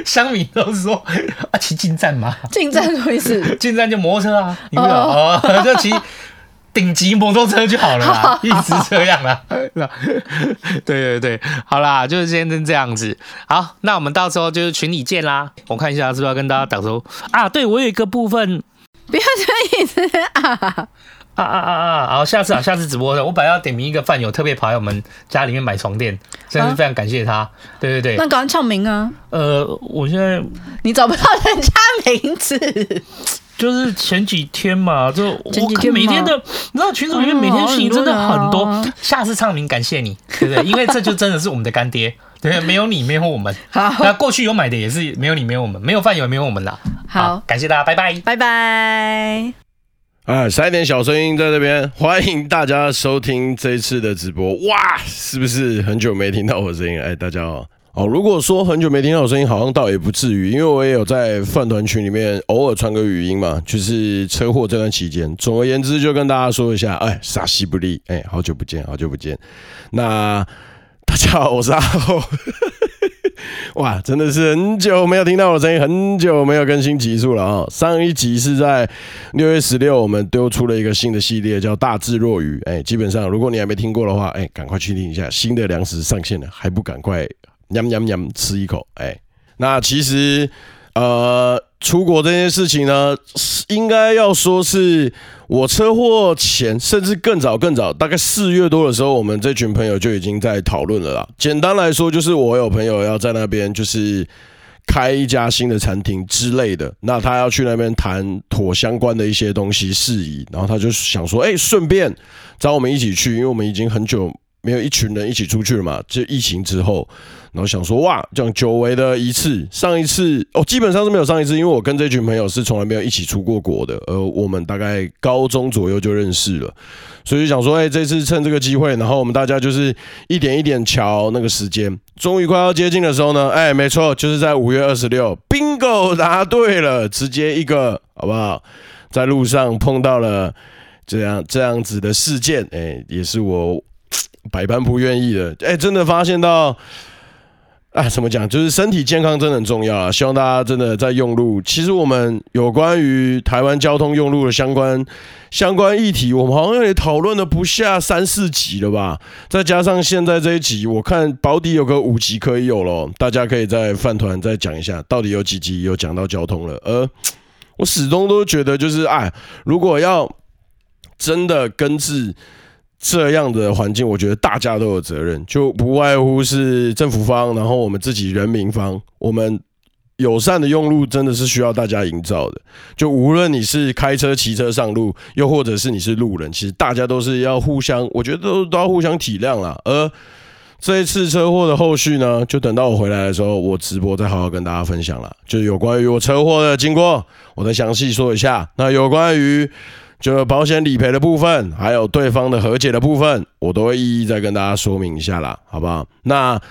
Speaker 2: 乡民都说啊，骑近战嘛，
Speaker 3: 进站什么意思？
Speaker 2: 近战就摩托车啊，你们哦， 就骑顶级摩托车就 好了啦，一直这样啦。 对对对，好啦，就是今天这样子。好，那我们到时候就是群里见啦。我看一下是不是要跟大家打招呼啊？对，我有一个部分
Speaker 3: 不要这样子啊！
Speaker 2: 啊啊啊啊！好，下次啊，下次直播的，我本来要点名一个饭友，特别跑来我们家里面买床垫，真的是非常感谢他。对对对，
Speaker 3: 那赶快唱名啊！
Speaker 2: 呃，我现在
Speaker 3: 你找不到人家名字，
Speaker 2: 就是前几天嘛，就我
Speaker 3: 前几
Speaker 2: 看
Speaker 3: 天
Speaker 2: 每
Speaker 3: 嘛
Speaker 2: 天的，你知道群组里面每天事情真的很多。
Speaker 3: 嗯好很多人
Speaker 2: 下次唱名感谢你，对 不对？因为这就真的是我们的干爹，对，没有你没有我们。
Speaker 3: 好
Speaker 2: 那过去有买的也是没有你没有我们，没有饭友也没有我们啦。
Speaker 3: 好
Speaker 2: 感谢大家，拜拜。
Speaker 3: 拜拜。
Speaker 4: 啊，塞点小声音在这边，欢迎大家收听这一次的直播。哇，是不是很久没听到我的声音了？哎，大家好，哦，如果说很久没听到我声音，好像倒也不至于，因为我也有在饭团群里面偶尔传个语音嘛，就是车祸这段期间。总而言之，就跟大家说一下，哎，傻西不利，哎，好久不见，好久不见。那大家好，我是阿后。哇，真的是很久没有听到我的声音，很久没有更新集数了啊、上一集是在六月十六，我们丢出了一个新的系列，叫《大智若愚》。哎，基本上如果你还没听过的话，哎，赶快去听一下。新的粮食上线了，还不赶快nham nham nham 吃一口？哎，那其实呃，出国这件事情呢，是应该要说是我车祸前，甚至更早更早，大概四月多的时候，我们这群朋友就已经在讨论了啦。简单来说，就是我有朋友要在那边就是开一家新的餐厅之类的，那他要去那边谈妥相关的一些东西事宜，然后他就想说，哎、顺便找我们一起去，因为我们已经很久。没有一群人一起出去了嘛？就疫情之后，然后想说哇，这样久违的一次，上一次哦，基本上是没有上一次，因为我跟这群朋友是从来没有一起出过国的，呃，我们大概高中左右就认识了，所以就想说，哎、这次趁这个机会，然后我们大家就是一点一点瞧那个时间，终于快要接近的时候呢，哎、没错，就是在五月二十六，bingo 答对了，直接一个，好不好？在路上碰到了这样这样子的事件，哎、也是我百般不愿意的，哎、真的发现到。啊，怎么讲？就是身体健康真的很重要啊！希望大家真的在用路。其实我们有关于台湾交通用路的相关相关议题，我们好像也讨论了不下三四集了吧？再加上现在这一集，我看保底有个五集可以有咯，大家可以在饭团再讲一下，到底有几集有讲到交通了。而我始终都觉得，就是哎，如果要真的根治这样的环境，我觉得大家都有责任，就不外乎是政府方，然后我们自己人民方，我们友善的用路真的是需要大家营造的。就无论你是开车、骑车上路，又或者是你是路人，其实大家都是要互相，我觉得都都要互相体谅啦。而这一次车祸的后续呢，就等到我回来的时候，我直播再好好跟大家分享了，就是有关于我车祸的经过，我再详细说一下。那有关于就保险理赔的部分，还有对方的和解的部分，我都会一一再跟大家说明一下啦，好不好？那，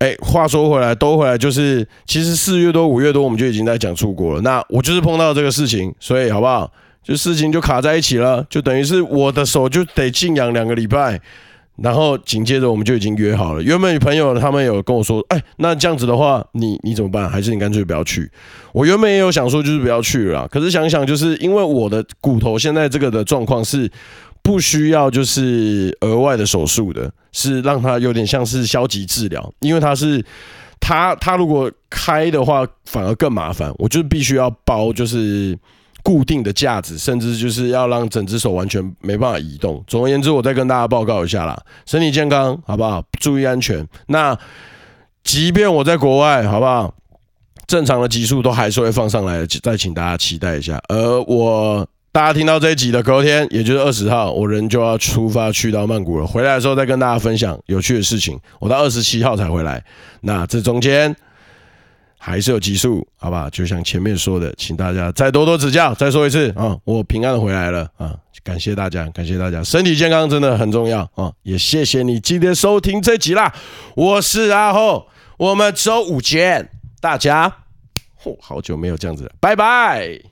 Speaker 4: 哎、话说回来，都回来，就是其实四月多、五月多我们就已经在讲出国了。那我就是碰到这个事情，所以好不好？就事情就卡在一起了，就等于是我的手就得静养两个礼拜。然后紧接着我们就已经约好了，原本朋友他们有跟我说，哎，那这样子的话，你你怎么办？还是你干脆不要去？我原本也有想说，就是不要去了啦。可是想想，就是因为我的骨头现在这个的状况是不需要就是额外的手术的，是让它有点像是消极治疗，因为它是它它如果开的话反而更麻烦，我就必须要包就是。固定的架子，甚至就是要让整只手完全没办法移动。总而言之，我再跟大家报告一下啦，身体健康好不好？注意安全。那即便我在国外，好不好？正常的集数都还是会放上来的，再请大家期待一下。而我大家听到这一集的隔天，也就是二十号，我人就要出发去到曼谷了。回来的时候再跟大家分享有趣的事情。我到二十七号才回来，那这中间还是有集数，好吧？就像前面说的，请大家再多多指教。再说一次啊、我平安的回来了啊、感谢大家，感谢大家，身体健康真的很重要啊、也谢谢你今天收听这集啦，我是阿后，我们周五见，大家，嚯，好久没有这样子了，拜拜。